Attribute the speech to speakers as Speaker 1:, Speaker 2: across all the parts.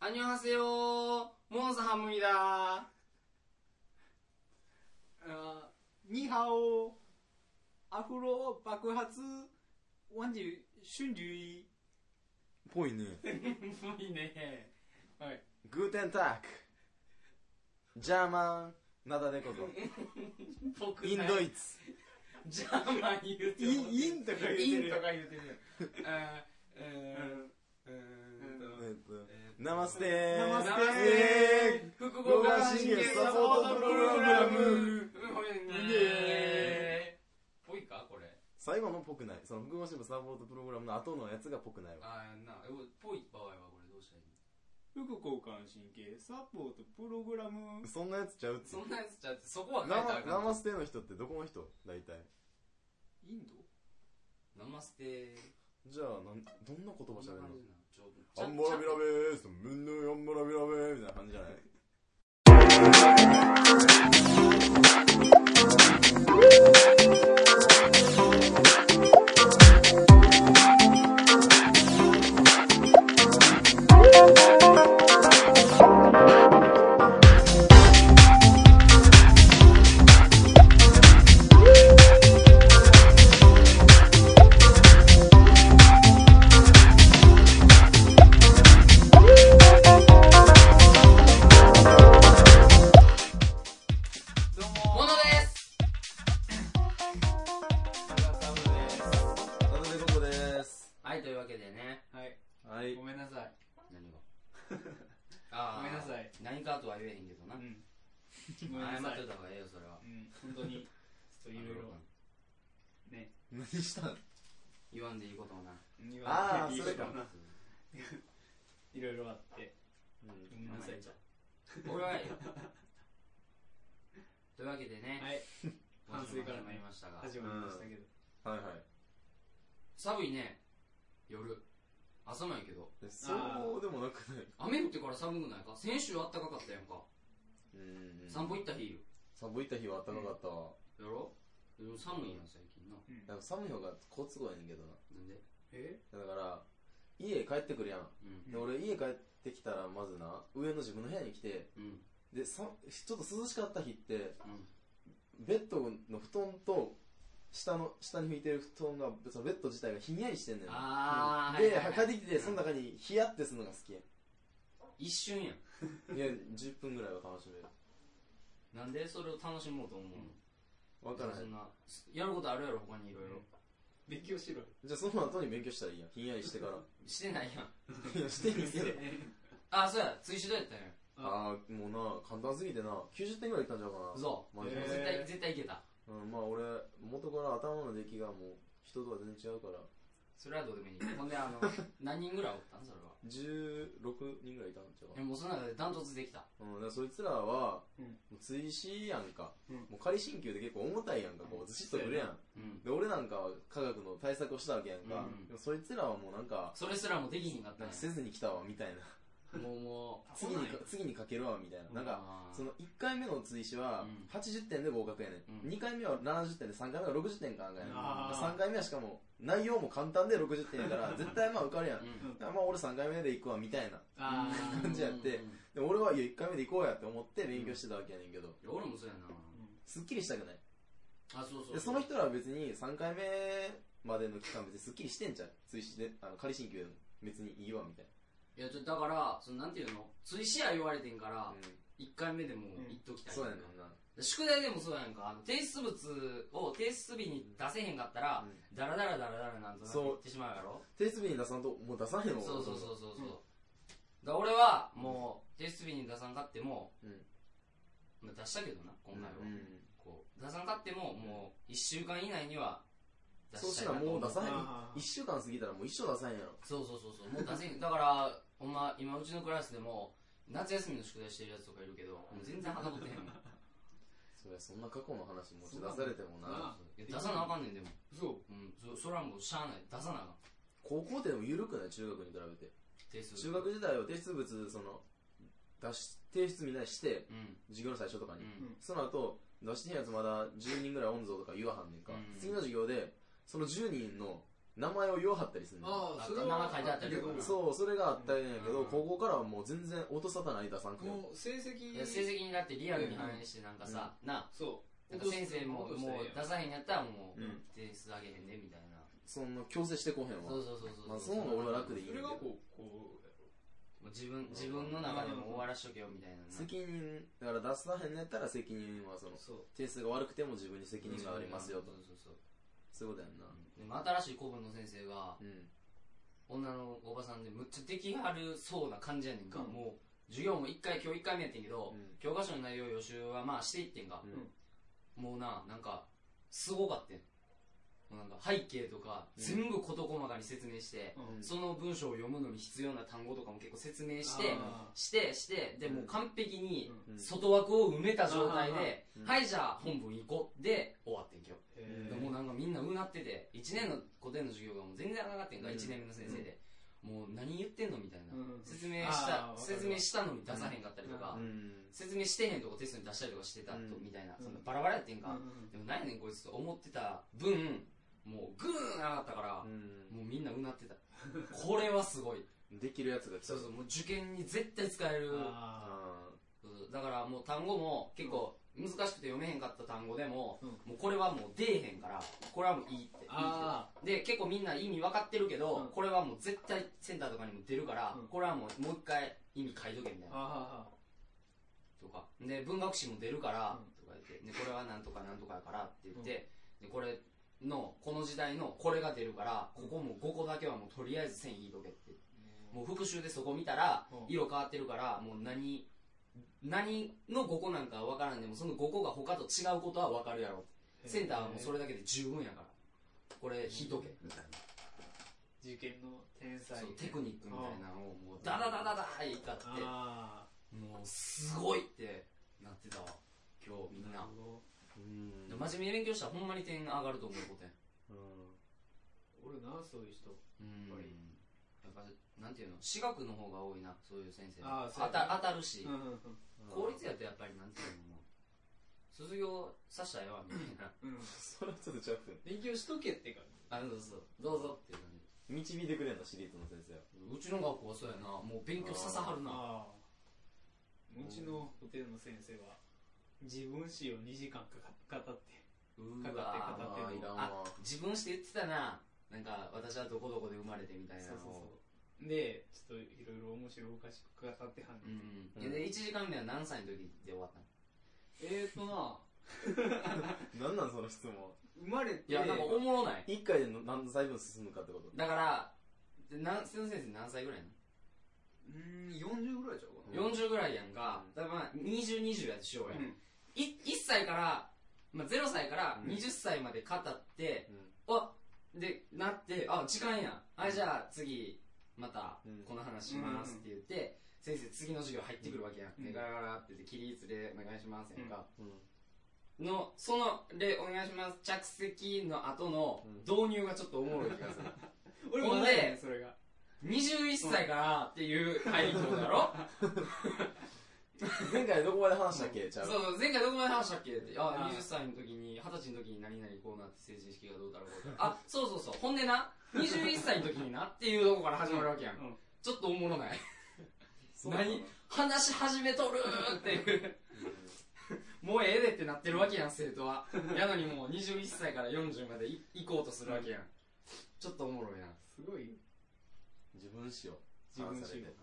Speaker 1: アニョハセヨーモンサハムイダ
Speaker 2: あーニハオ、アフロ爆発、ワンジュ、シュンジュイ。
Speaker 3: ぽいね。
Speaker 1: ーいいねはい
Speaker 3: グーテンタク。ジャーマン、ナダネコと。
Speaker 1: 僕
Speaker 3: インドイツ。
Speaker 1: ジャーマン言うてる
Speaker 2: インインとか言うてる
Speaker 1: インとか言うてるよあーうーんうーんと
Speaker 3: えっと、ナマステー。
Speaker 2: ナマステ
Speaker 3: え
Speaker 1: 副交感神経サポートプログラム
Speaker 2: イエ
Speaker 1: ぽいかこれ
Speaker 3: 最後のぽくない。その複合支部サポートプログラムの後のやつがぽくないわ。
Speaker 1: あーなぽい場合はこれどうしたらいい
Speaker 2: 副交感神経サポートプログラム。
Speaker 3: そんなやつちゃうって
Speaker 1: そ。んなやつちゃってそこは変え
Speaker 3: ナ
Speaker 1: たらあかん
Speaker 3: マナマステの人ってどこの人大体。
Speaker 2: インド
Speaker 1: ナマステ
Speaker 3: じゃあ、なんどんな言葉
Speaker 1: こん
Speaker 3: 喋
Speaker 1: な感
Speaker 3: るの
Speaker 1: じなちょ
Speaker 3: アンボラビラベース、ムンヌーアンボラビラベーみたいな感じじゃない
Speaker 2: どうもタブです。
Speaker 1: モノです
Speaker 3: なのでここです。
Speaker 1: はいというわけでね
Speaker 2: はい。
Speaker 3: はい
Speaker 2: ご。めんなさい。
Speaker 1: 何があー
Speaker 2: ごめんなさい
Speaker 1: 何かとは言えへんけどな
Speaker 2: うん。ごめんな
Speaker 1: 謝
Speaker 2: さ
Speaker 1: っ
Speaker 2: い。
Speaker 1: といた方がええよそれは
Speaker 2: うん、本当に。ちょっといろいろ。ね。
Speaker 3: 何したん
Speaker 1: 言わんでいいこともな
Speaker 3: あー
Speaker 2: いろいろ
Speaker 3: それか
Speaker 2: ないろいろあって。
Speaker 1: ご
Speaker 2: ごめんなさい
Speaker 1: 俺はいい よというわけでね、
Speaker 2: はい。
Speaker 1: 今週も
Speaker 2: 反省からね
Speaker 1: 始まりましたが
Speaker 2: 始まりましたけど。
Speaker 3: はいはい。
Speaker 1: 寒いね夜朝なんやけど
Speaker 3: えそうでもなくない。
Speaker 1: 雨降ってから寒くないか先週あったかかったやんか、
Speaker 3: うん
Speaker 1: 散歩行った日よ
Speaker 3: 散歩行った日は暖かかったわ。
Speaker 1: やろでも寒いやん最近な
Speaker 3: なんか寒い方が好都合やねんけど
Speaker 1: なんで
Speaker 2: え
Speaker 3: な。だから、家帰ってくるやん。
Speaker 1: うん
Speaker 3: で、俺家帰ってきたら、まずな、上の自分の部屋に来て、
Speaker 1: うん
Speaker 3: で、さちょっと涼しかった日って、
Speaker 1: うん
Speaker 3: ベッドの布団と、下の、下に拭いてる布団が、そのベッド自体がひんやりしてんねん。
Speaker 1: ああ、
Speaker 3: で、
Speaker 1: はいはい
Speaker 3: 帰
Speaker 1: はい
Speaker 3: ってきて、その中にヒヤってするのが好きやん。
Speaker 1: 一瞬やん
Speaker 3: いや、10分ぐらいは楽しめる。
Speaker 1: なんでそれを楽しもうと思うの
Speaker 3: わからへ
Speaker 1: そん
Speaker 3: ん。
Speaker 1: なやることあるやろ他にいろいろ
Speaker 2: 勉強しろよ。
Speaker 3: じゃあその後に勉強したらいいやん。ひんやりしてから。
Speaker 1: してないやん
Speaker 3: いや、 していいんすけど。
Speaker 1: あそうや追試どうやったんや
Speaker 3: ああ、もうな、簡単すぎてな、90点ぐらいいったんちゃうかな。
Speaker 1: 嘘
Speaker 3: マジ
Speaker 2: へ
Speaker 3: で
Speaker 2: ー
Speaker 1: 絶対絶対いけた
Speaker 3: うん、まあ俺、元から頭の出来がもう、人とは全然違うから、
Speaker 1: それはどうでもいい ほんであの 何人ぐらいおったんそれは
Speaker 3: 16人ぐらいいたんちゃう
Speaker 1: え
Speaker 3: か
Speaker 1: もうその中でダントツできた
Speaker 3: な。うん、だからそいつらは、
Speaker 2: うん
Speaker 3: もう追試やんか。
Speaker 2: うん
Speaker 3: もう仮進級で結構重たいやんか、こう、ずしっとくるやん。
Speaker 1: うん
Speaker 3: で、俺なんかは科学の対策をしたわけやんか。
Speaker 1: うんうん
Speaker 3: でもそいつらはもうなんか、
Speaker 1: それすらもできひんかった
Speaker 3: なん
Speaker 1: ん
Speaker 3: か
Speaker 1: や
Speaker 3: せずに来たわ、みたいな。
Speaker 1: もうもう
Speaker 3: 次にか
Speaker 2: 来、
Speaker 3: 次にかけるわ、みたいな。なんか、
Speaker 1: あー
Speaker 3: その1回目の追試は
Speaker 1: うん
Speaker 3: 80点で合格やね、
Speaker 1: うん
Speaker 3: ん、2回目は70点で3回目は60点かなんかやねん
Speaker 2: あー
Speaker 3: 3回目はしかも内容も簡単で60点やから絶対まあ受かるやん、
Speaker 1: うん
Speaker 3: あまあ俺3回目で行くわみたいな
Speaker 2: あー
Speaker 3: 感じやって
Speaker 1: うんうんうん
Speaker 3: でも俺はいや1回目で行こうやって思って勉強してたわけやねんけど、
Speaker 1: いや俺もそうや
Speaker 3: すっきりしたくない
Speaker 1: なあそうそう
Speaker 3: でその人らは別に3回目までの期間別にすっきりしてんじゃん追試であの仮進級でも別にいいわみたい
Speaker 1: いやちょだからそのなんていうの追試や言われてんから
Speaker 3: な、うん
Speaker 1: 一回目でも言っときたい
Speaker 3: そうやねんな、
Speaker 1: 宿題でもそうやんかあの提出物を提出日に出せへんかったら
Speaker 3: うん
Speaker 1: ダラダラダラダラなんとなく
Speaker 3: そう
Speaker 1: 言ってしまうやろ
Speaker 3: 提出日に出さんともう出さへんわ
Speaker 1: そうそうそうそうそう
Speaker 2: うん
Speaker 1: だから俺はもう提出日に出さんかっても、
Speaker 3: うん
Speaker 1: まあ、出したけどな今回は、
Speaker 3: うん
Speaker 1: こう出さんかってももう1週間以内には出
Speaker 3: そう
Speaker 1: し
Speaker 3: したた
Speaker 1: いな
Speaker 3: ら
Speaker 1: と
Speaker 3: もう
Speaker 1: 思
Speaker 3: 出さへん
Speaker 2: あ。ー
Speaker 3: 1週間過ぎたらもう一生出さへんやろ。
Speaker 1: そうそうそうそうもう出せんだからほんま今うちのクラスでも夏休みの宿題してるやつとかいるけどもう全然はかど ってへんもん
Speaker 3: そりゃそんな過去の話持ち出されても
Speaker 2: そんな
Speaker 3: な。
Speaker 2: あ
Speaker 1: いや出さなあかんねんでも、
Speaker 2: そ
Speaker 1: うん、そそれはもうしゃあない出さなあかん
Speaker 3: 高校ってでも緩くない中学に比べて。
Speaker 1: 提出
Speaker 3: 中学時代は提出物、その、出し、提出みんなして、
Speaker 1: うん
Speaker 3: 授業の最初とか
Speaker 1: う
Speaker 3: に。
Speaker 1: ん
Speaker 3: その後、出してへんやつまだ10人ぐらいおんぞとか言わはんねんか
Speaker 1: う。ん
Speaker 3: 次の授業で、その10人の名前を言わはったりするの
Speaker 1: あ名前書いてあったりとか
Speaker 3: よそうそれがあったりなんやけど、
Speaker 1: うん
Speaker 3: 高校からはもう全然音沙汰ない出さんくて
Speaker 4: もう成績
Speaker 1: いや成績にだってリアルに反映してなんかさ、な
Speaker 4: そう
Speaker 1: なんか先生ももう
Speaker 4: 落としたらええ
Speaker 1: 出さへん
Speaker 4: やん
Speaker 1: やったらもう
Speaker 3: うん
Speaker 1: 点数上げへんでみたいな、
Speaker 3: そんな強制してこへ
Speaker 1: そう
Speaker 3: んわ
Speaker 1: そうそうそう、
Speaker 3: まあそういうの俺は楽でいい
Speaker 4: それがこうこ
Speaker 1: もう自分自分の中でも終わらしとけよみたいなな
Speaker 3: 責任だから出さへんのやったら責任はそうの
Speaker 4: そう
Speaker 3: 点数が悪くても自分に責任がありますよ
Speaker 1: そ
Speaker 3: と
Speaker 1: うそうそう
Speaker 3: そういうことやんな
Speaker 1: でも新しい顧問の先生が
Speaker 3: うん
Speaker 1: 女のおばさんでむっちゃできはるそうな感じやねんか、
Speaker 4: うん
Speaker 1: もう授業も一回今日一回目やってんけど、
Speaker 3: うん
Speaker 1: 教科書の内容予習はまあしていってんか、もうななんかすごかってんもうなんか背景とか
Speaker 3: うん
Speaker 1: 全部事細かに説明して、
Speaker 4: うん
Speaker 1: その文章を読むのに必要な単語とかも結構説明して
Speaker 4: あ
Speaker 1: してしてで
Speaker 3: うん
Speaker 1: もう完璧に
Speaker 3: うん
Speaker 1: 外枠を埋めた状態で、
Speaker 3: うん
Speaker 1: はいじゃあ本文行こうで終わってん今日
Speaker 4: へ
Speaker 3: うん
Speaker 1: でもうなんかみんなうなってて1年の古典の授業がもう全然上がってんから、
Speaker 3: うん
Speaker 1: 1年目の先生で、もう何言ってんのみたいな、
Speaker 4: うん
Speaker 1: 説明
Speaker 4: あ
Speaker 1: した
Speaker 4: ー
Speaker 1: 説明したのに出さへんかったりとか、
Speaker 3: うんうん
Speaker 1: 説明してへんとこテストに出したりとかしてたと、
Speaker 3: うん
Speaker 1: みたいな
Speaker 4: うん
Speaker 1: そんなバラバラやってん
Speaker 4: え
Speaker 1: か、でも何やねんこいつと思ってた分もうグーン上がったから、もうみんなうなってたこれはすごい
Speaker 3: うんできるやつが来た
Speaker 1: そうそうもう受験に絶対使える
Speaker 4: あ
Speaker 3: あ
Speaker 1: そうだからもう単語も結構難しくて読めへんかった単語でも、
Speaker 4: うん
Speaker 1: もうこれはもう出えへんからこれはもういいって
Speaker 4: あ
Speaker 1: いいってで結構みんな意味分かってるけど、
Speaker 4: うん
Speaker 1: これはもう絶対センターとかにも出るから、
Speaker 4: うん
Speaker 1: これはもうもう一回意味書いとけみたいな
Speaker 4: あ
Speaker 1: とかで文学史も出るから、
Speaker 4: うん
Speaker 1: とか言ってでこれはなんとかなんとかやからって言って、でこれのこの時代のこれが出るからここも5個だけはもうとりあえず線引いとけってもう復習でそこ見たら
Speaker 4: うん
Speaker 1: 色変わってるからもう何何の5個なんかは分からんでもその5個が他と違うことは分かるやろセンターはもうそ
Speaker 4: れ
Speaker 1: れだけで十分やからこれ引いとけみたいな
Speaker 4: 受験の天才
Speaker 1: そうテクニックみたいなのをもうダダダダダーいかって
Speaker 4: あ
Speaker 1: もうすごいってなってたわ今日みん
Speaker 4: あ
Speaker 1: な
Speaker 3: ーうん
Speaker 1: で真面目に勉強したらほんまに点上がると思うことや
Speaker 3: うん
Speaker 4: 俺なそういう人
Speaker 1: うん
Speaker 4: やっぱ
Speaker 1: やっ
Speaker 4: り
Speaker 1: ぱなんていうの私学の方が多いなそういう先生
Speaker 4: あーそう
Speaker 1: 当
Speaker 4: やね
Speaker 1: た当たるし、
Speaker 4: うんうん
Speaker 1: 公立やとやっぱりなんていうのもう卒業さしたらええわみたいな
Speaker 4: うん
Speaker 3: それはちょっとちゃうくん
Speaker 4: 勉強しとけって
Speaker 1: あ
Speaker 4: 感
Speaker 1: そうそうどうぞっていう感じ
Speaker 3: 導いてくれんなシリーズの先生は
Speaker 1: うちの学校はそうやなもう勉強ささはる
Speaker 4: じ
Speaker 1: な
Speaker 4: あうちのホテルの先生は自分史を2時間かか語って
Speaker 1: うー
Speaker 4: か
Speaker 1: わ
Speaker 4: かってかかって
Speaker 1: ー
Speaker 4: ん
Speaker 3: の
Speaker 1: あ自分して言ってたななんか私はどこどこで生まれてみたいな
Speaker 4: そ
Speaker 1: の
Speaker 4: う
Speaker 1: を
Speaker 4: そうそうでちょっといろいろ面白おかしく語ってはん
Speaker 1: う
Speaker 4: ねん
Speaker 1: ん
Speaker 3: うん
Speaker 1: で1時間目は何歳の時で終わったの
Speaker 4: えーとな
Speaker 3: なんなんその質問
Speaker 4: 生まれて
Speaker 1: いやなんかおもろない
Speaker 3: 一回で何歳分進むかってこと
Speaker 1: だからなん先生何歳ぐらいなの
Speaker 4: うーん40ぐらいちゃうかな
Speaker 1: 40ぐらいやんか、だからまあ2020やとしようや、ん、い1歳から、まあ、0歳から
Speaker 3: うん
Speaker 1: 20歳まで語って、
Speaker 3: うん
Speaker 1: あでなってあ時間やんあじゃあ次また
Speaker 3: うん
Speaker 1: この話しますって言って、先生次の授業入ってくるわけやん、
Speaker 4: うん
Speaker 1: でガラガラって言って起立でお願いしますやんか、
Speaker 3: うん
Speaker 1: のその例お願いします着席の後の
Speaker 3: うん
Speaker 1: 導入がちょっとおもろい気がす る
Speaker 4: 俺もないねそれが
Speaker 1: 21歳からっていう回答だろ
Speaker 3: 前回どこまで話したっ けちゃう
Speaker 1: そうそう前回どこまで話したっけってあ
Speaker 4: あー
Speaker 1: 20歳の時に二十歳の時に何々こうなって成人式がどうだろうこうだろうあそうそうそうほんでな21歳の時になっていうとこから始まるわけやん、
Speaker 4: うん
Speaker 1: ちょっとおもろない
Speaker 3: そうなの
Speaker 1: 何話し始めとるーっていうもうええでってなってるわけやん生徒はやのにもう21歳から40までい行こうとするわけやんちょっとおもろいな
Speaker 4: すごいよ
Speaker 3: 自分しよ
Speaker 4: 自分史を
Speaker 3: う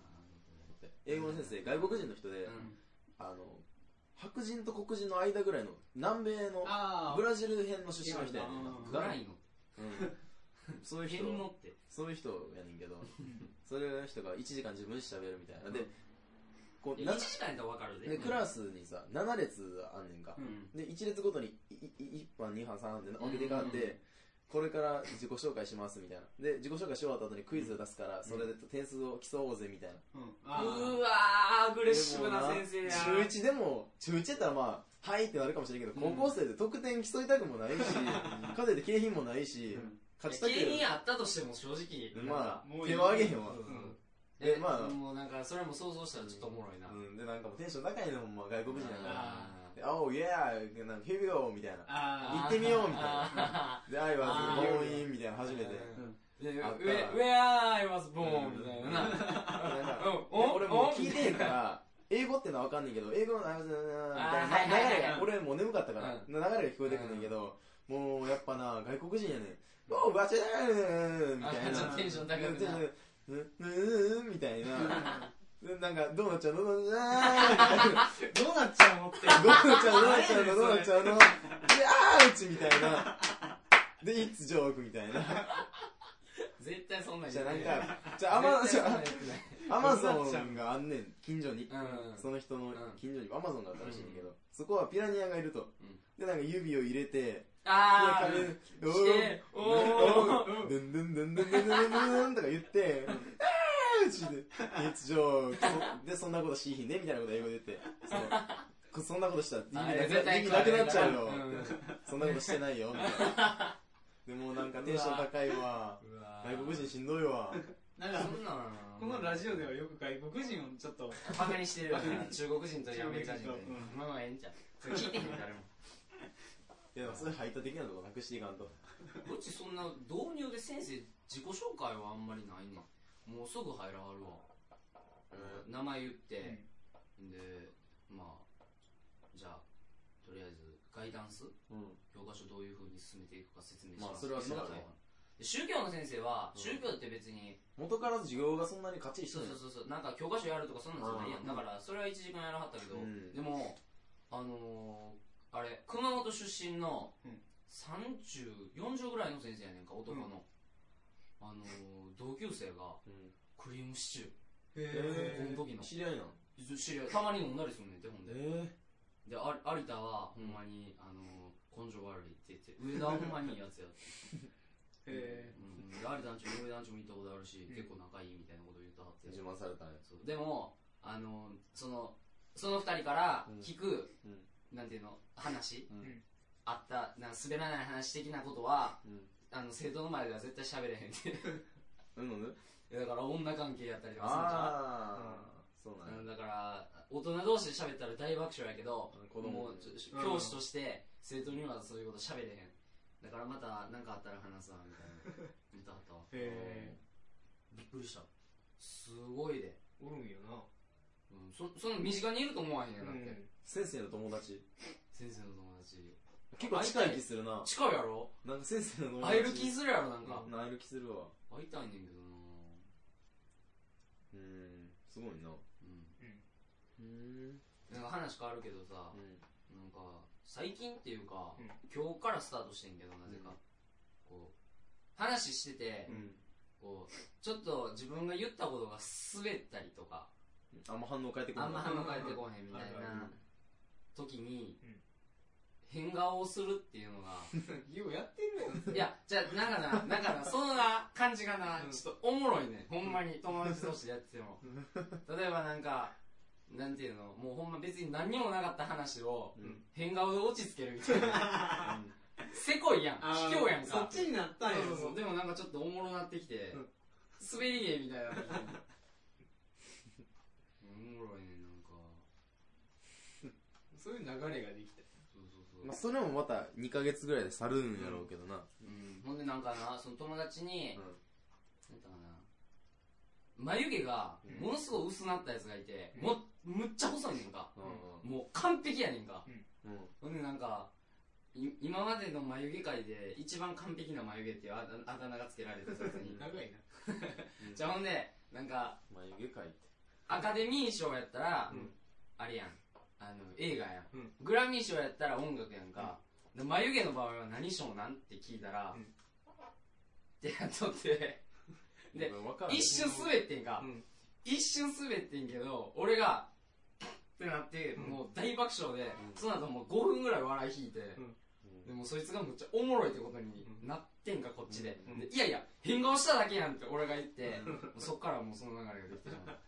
Speaker 3: 英語の先生外国人の人で、
Speaker 1: うん
Speaker 3: あの白人と黒人の間ぐらいの南米の
Speaker 4: あ
Speaker 3: ブラジル編の出身の人やねんな
Speaker 4: うん
Speaker 1: ぐら
Speaker 3: が
Speaker 1: いの
Speaker 3: うんそういう人
Speaker 1: 変のって
Speaker 3: そういう人やねんけ どそういう人が1時間自分しゃべるみたいな
Speaker 1: う
Speaker 3: で
Speaker 1: ん
Speaker 3: こう
Speaker 1: 1
Speaker 3: な
Speaker 1: 時間やったら分かるで
Speaker 3: でクラスにさ7列あんねんか
Speaker 1: う、ん
Speaker 3: で1列ごとに1班2班3班って分けてがあって、
Speaker 1: うんうんうん
Speaker 3: これから自己紹介しますみたいなで自己紹介し終わった後にクイズを出すから、それで点数を競おうぜみたいな
Speaker 4: うん
Speaker 1: う
Speaker 4: あー
Speaker 1: ーわーアグレッシブな先生や
Speaker 3: でもな中1でも中1やったらまあはいってなるかもしれんけど、
Speaker 1: うん
Speaker 3: 高校生で得点競いたくもないし勝てて景品もないし、
Speaker 4: うん
Speaker 3: 勝ちた
Speaker 1: 経
Speaker 3: くて
Speaker 1: 験あったとしても正直
Speaker 3: ま
Speaker 4: も
Speaker 3: あ
Speaker 4: ういい
Speaker 3: 手を挙げへんわ
Speaker 4: そうそう
Speaker 1: あ
Speaker 3: でまあ
Speaker 1: もうなんかそれも想像したらちょっとおもろいな、
Speaker 3: うん、でなんかもうテンション高いのもまあ外国人やから、
Speaker 1: あー
Speaker 3: で Oh yeah! なんか Here we go! みたいな。
Speaker 4: あ
Speaker 3: 行ってみようみたい
Speaker 1: な。
Speaker 3: で、I was
Speaker 1: あー
Speaker 3: born in みたいな、初めて。
Speaker 1: で、
Speaker 3: あった
Speaker 1: Where where I was born みたいなな。
Speaker 3: なん
Speaker 1: う
Speaker 3: か
Speaker 1: んお
Speaker 3: 俺もう
Speaker 1: お
Speaker 3: 聞いてへんから、英語ってのはわかんないけど、英語の流れみ
Speaker 1: はいい
Speaker 3: た
Speaker 1: はい
Speaker 3: な
Speaker 1: はい
Speaker 3: 流れが、俺もう眠かったから、
Speaker 1: う
Speaker 3: 流れが聞こえてくるんだけど、もうやっぱな、外国人やねん。おう、バチェーンみたい
Speaker 1: あちょっ
Speaker 3: な。
Speaker 1: とテンション高くな
Speaker 3: テンションうんうんうんみたいな。なんか、どうなっちゃうのどうなっち
Speaker 4: どうなっちゃうのって。
Speaker 3: ゃうのどうなっちゃうのどうなっちゃうのどうなっちゃうので、あーうちみたいな。で、いつジョークみたいな。
Speaker 1: 絶対そんなん
Speaker 3: じ
Speaker 1: 言
Speaker 3: ゃあ
Speaker 1: っ
Speaker 3: なん
Speaker 1: てない
Speaker 3: か、じゃあアマ
Speaker 1: 絶
Speaker 3: じ
Speaker 1: 対そん
Speaker 3: ゃ
Speaker 1: なん言ってない
Speaker 3: あアマゾンがあんねん、近所に。
Speaker 1: うん
Speaker 3: その人の
Speaker 1: ん
Speaker 3: 近所にアマゾンがあったらしいんだけど、そこはピラニアがいると、
Speaker 1: うん
Speaker 3: でなんか指を入れて
Speaker 1: あ
Speaker 3: で
Speaker 1: ー
Speaker 3: 壁に
Speaker 1: して
Speaker 3: お
Speaker 1: おー
Speaker 3: ーおードゥンドゥンドゥンドゥンドゥンドゥンドゥンとか言って「あー!」っちで「It's joke そ」でそんなことしいひんねみたいなこと英語で言ってそのこそんなことしたら
Speaker 1: あ
Speaker 3: 指なく
Speaker 1: 絶
Speaker 3: な
Speaker 1: 対
Speaker 3: 指なくなっちゃうよ、
Speaker 1: うん
Speaker 3: そんなことしてないよみたいなでもうなんかテンション高いわ
Speaker 1: うわー
Speaker 3: 外国人しんどいわ
Speaker 4: なん
Speaker 1: そ
Speaker 4: か、
Speaker 1: んなん
Speaker 4: このラジオではよく外国人をちょっと、
Speaker 1: バカにしてるよな中国人とアメリカ人で
Speaker 4: 中国人とうん
Speaker 1: まあまあええんちゃうそれ聞いてへん誰も
Speaker 3: いやでもそれ排他的なとこなくしていかんと
Speaker 1: うちそんな導入で先生自己紹介はあんまりないねんもうすぐ入らはるわ、名前言って、でまあじゃあとりあえずガイダンス
Speaker 3: うん
Speaker 1: 教科書どういうふうに進めていくか説明し
Speaker 3: ま
Speaker 1: ま
Speaker 3: あ
Speaker 1: す
Speaker 3: それはそうだね
Speaker 1: で宗教の先生は
Speaker 3: うん
Speaker 1: 宗教って別に、
Speaker 3: 元から授業がそんなにかっちりして
Speaker 1: そう
Speaker 3: ない
Speaker 1: そうそうそうなんか教科書やるとかそんなんじゃないや
Speaker 3: うんん
Speaker 1: だからそれは1時間やらはったけど、
Speaker 3: うん
Speaker 1: でもあのー、あれ熊本出身の
Speaker 4: うん
Speaker 1: 3040ぐらいの先生やねんか男の、あのー、同級生が
Speaker 3: うん
Speaker 1: クリームシチュー
Speaker 3: え
Speaker 1: 高校の時の
Speaker 3: 知り合いなの
Speaker 1: ず知り合いたまに飲んだりするねんってほんで
Speaker 3: え
Speaker 1: であ有田はほんまに、あのー、根性悪いって言って上田はほんまにいいやつやって
Speaker 4: え
Speaker 1: うん、で有田団長も上田団長も行ったことあるし、
Speaker 4: うん
Speaker 1: 結構仲いいみたいなこと言ってはって
Speaker 3: 自慢されたね
Speaker 1: そうでもあのそのその二人から聞く、
Speaker 3: うん
Speaker 1: なんていうの話、
Speaker 3: うん
Speaker 1: あったな滑らない話的なことは
Speaker 3: うん
Speaker 1: あの生徒の前では絶対喋れへん って
Speaker 3: うんうん
Speaker 1: だから女関係やったりとか
Speaker 3: ああそう
Speaker 1: す
Speaker 3: な
Speaker 1: るじゃんうん
Speaker 3: ん
Speaker 1: だ
Speaker 3: や
Speaker 1: から大人同士で喋ったら大爆笑やけど
Speaker 3: 子供
Speaker 1: も
Speaker 3: も
Speaker 1: うちょ
Speaker 4: うん
Speaker 1: 教師として生徒にはそういうこと喋れへんだからまた何かあったら話すわみたいな言ってはったわ
Speaker 4: ー、え
Speaker 1: びっくりしたすごいで、
Speaker 4: ー、おるんよな。
Speaker 1: うん、そその身近にいると思わへんやなって、
Speaker 3: 先生の友達
Speaker 1: 先生の友達
Speaker 3: 結構近い気するな
Speaker 1: 近いやろ
Speaker 3: なんか先生の友達
Speaker 1: 会える気するやろなんか、
Speaker 3: うん会える気するわ
Speaker 1: 会いたいねんけどな
Speaker 3: うんすごいな
Speaker 1: う
Speaker 3: うん
Speaker 1: んなんか話変わるけどさ、
Speaker 3: うん
Speaker 1: なんか最近っていうか、
Speaker 4: うん
Speaker 1: 今日からスタートしてんけどなぜか、こう話してて、
Speaker 3: うん
Speaker 1: こうちょっと自分が言ったことが滑ったりとか
Speaker 3: あんま反応変えてこ
Speaker 1: あ
Speaker 3: ない
Speaker 1: んま反応返ってこへんみたい
Speaker 4: うん
Speaker 1: な時に、
Speaker 4: うん
Speaker 1: 変顔をするっていうのが
Speaker 4: うん。ようやってるよ。
Speaker 1: いやじゃあなんかななんかなそのな感じがな、
Speaker 4: うん
Speaker 1: ちょっとおもろいねほんまに友達同士でやってても例えばなんかなんていうのもうほんま別に何にもなかった話を
Speaker 3: うん
Speaker 1: 変顔で落ち着けるみたいな
Speaker 3: うん
Speaker 1: せこいやん卑怯やんか
Speaker 4: そっちになったんや。
Speaker 1: そうそうそうでもなんかちょっとおもろなってきて、
Speaker 4: うん
Speaker 1: 滑り芸みたいなおもろいねなんか
Speaker 4: そういう流れができた。
Speaker 1: そうそうそう、
Speaker 3: まあそれもまた2ヶ月ぐらいで去るんやろうけどな
Speaker 1: うん、ほんでなんかなその友達に、
Speaker 3: うん
Speaker 1: なんかな眉毛がものすごい薄なったやつがいて、
Speaker 4: うん
Speaker 1: もむっちゃ細いねんか、
Speaker 3: うん
Speaker 1: もう完璧やねんか
Speaker 3: うん
Speaker 1: ほんでなんかい今までの眉毛界で一番完璧な眉毛っていうあだあだ名がつけられてたやつに
Speaker 4: 長いな。
Speaker 1: じゃあほんでなんか
Speaker 3: 眉毛描いて
Speaker 1: アカデミー賞やったら、
Speaker 4: うん
Speaker 1: あれやんあの映画やん、
Speaker 4: うん
Speaker 1: グラミー賞やったら音楽やんか、で眉毛の場合は何賞なんって聞いたら、
Speaker 4: うん
Speaker 1: ってやっと ってで
Speaker 3: 分かる
Speaker 1: 一瞬滑ってんか、
Speaker 4: うん
Speaker 1: 一瞬滑ってんけど俺がってなって、
Speaker 4: うん
Speaker 1: もう大爆笑で、
Speaker 3: うん
Speaker 1: その後もう5分ぐらい笑い引いて、
Speaker 3: うん
Speaker 1: でもそいつがむっちゃおもろいってことになってんかこっちで,、
Speaker 4: うん
Speaker 1: でいやいや変顔しただけやんって俺が言って、もうそっからもうその流れができてしまう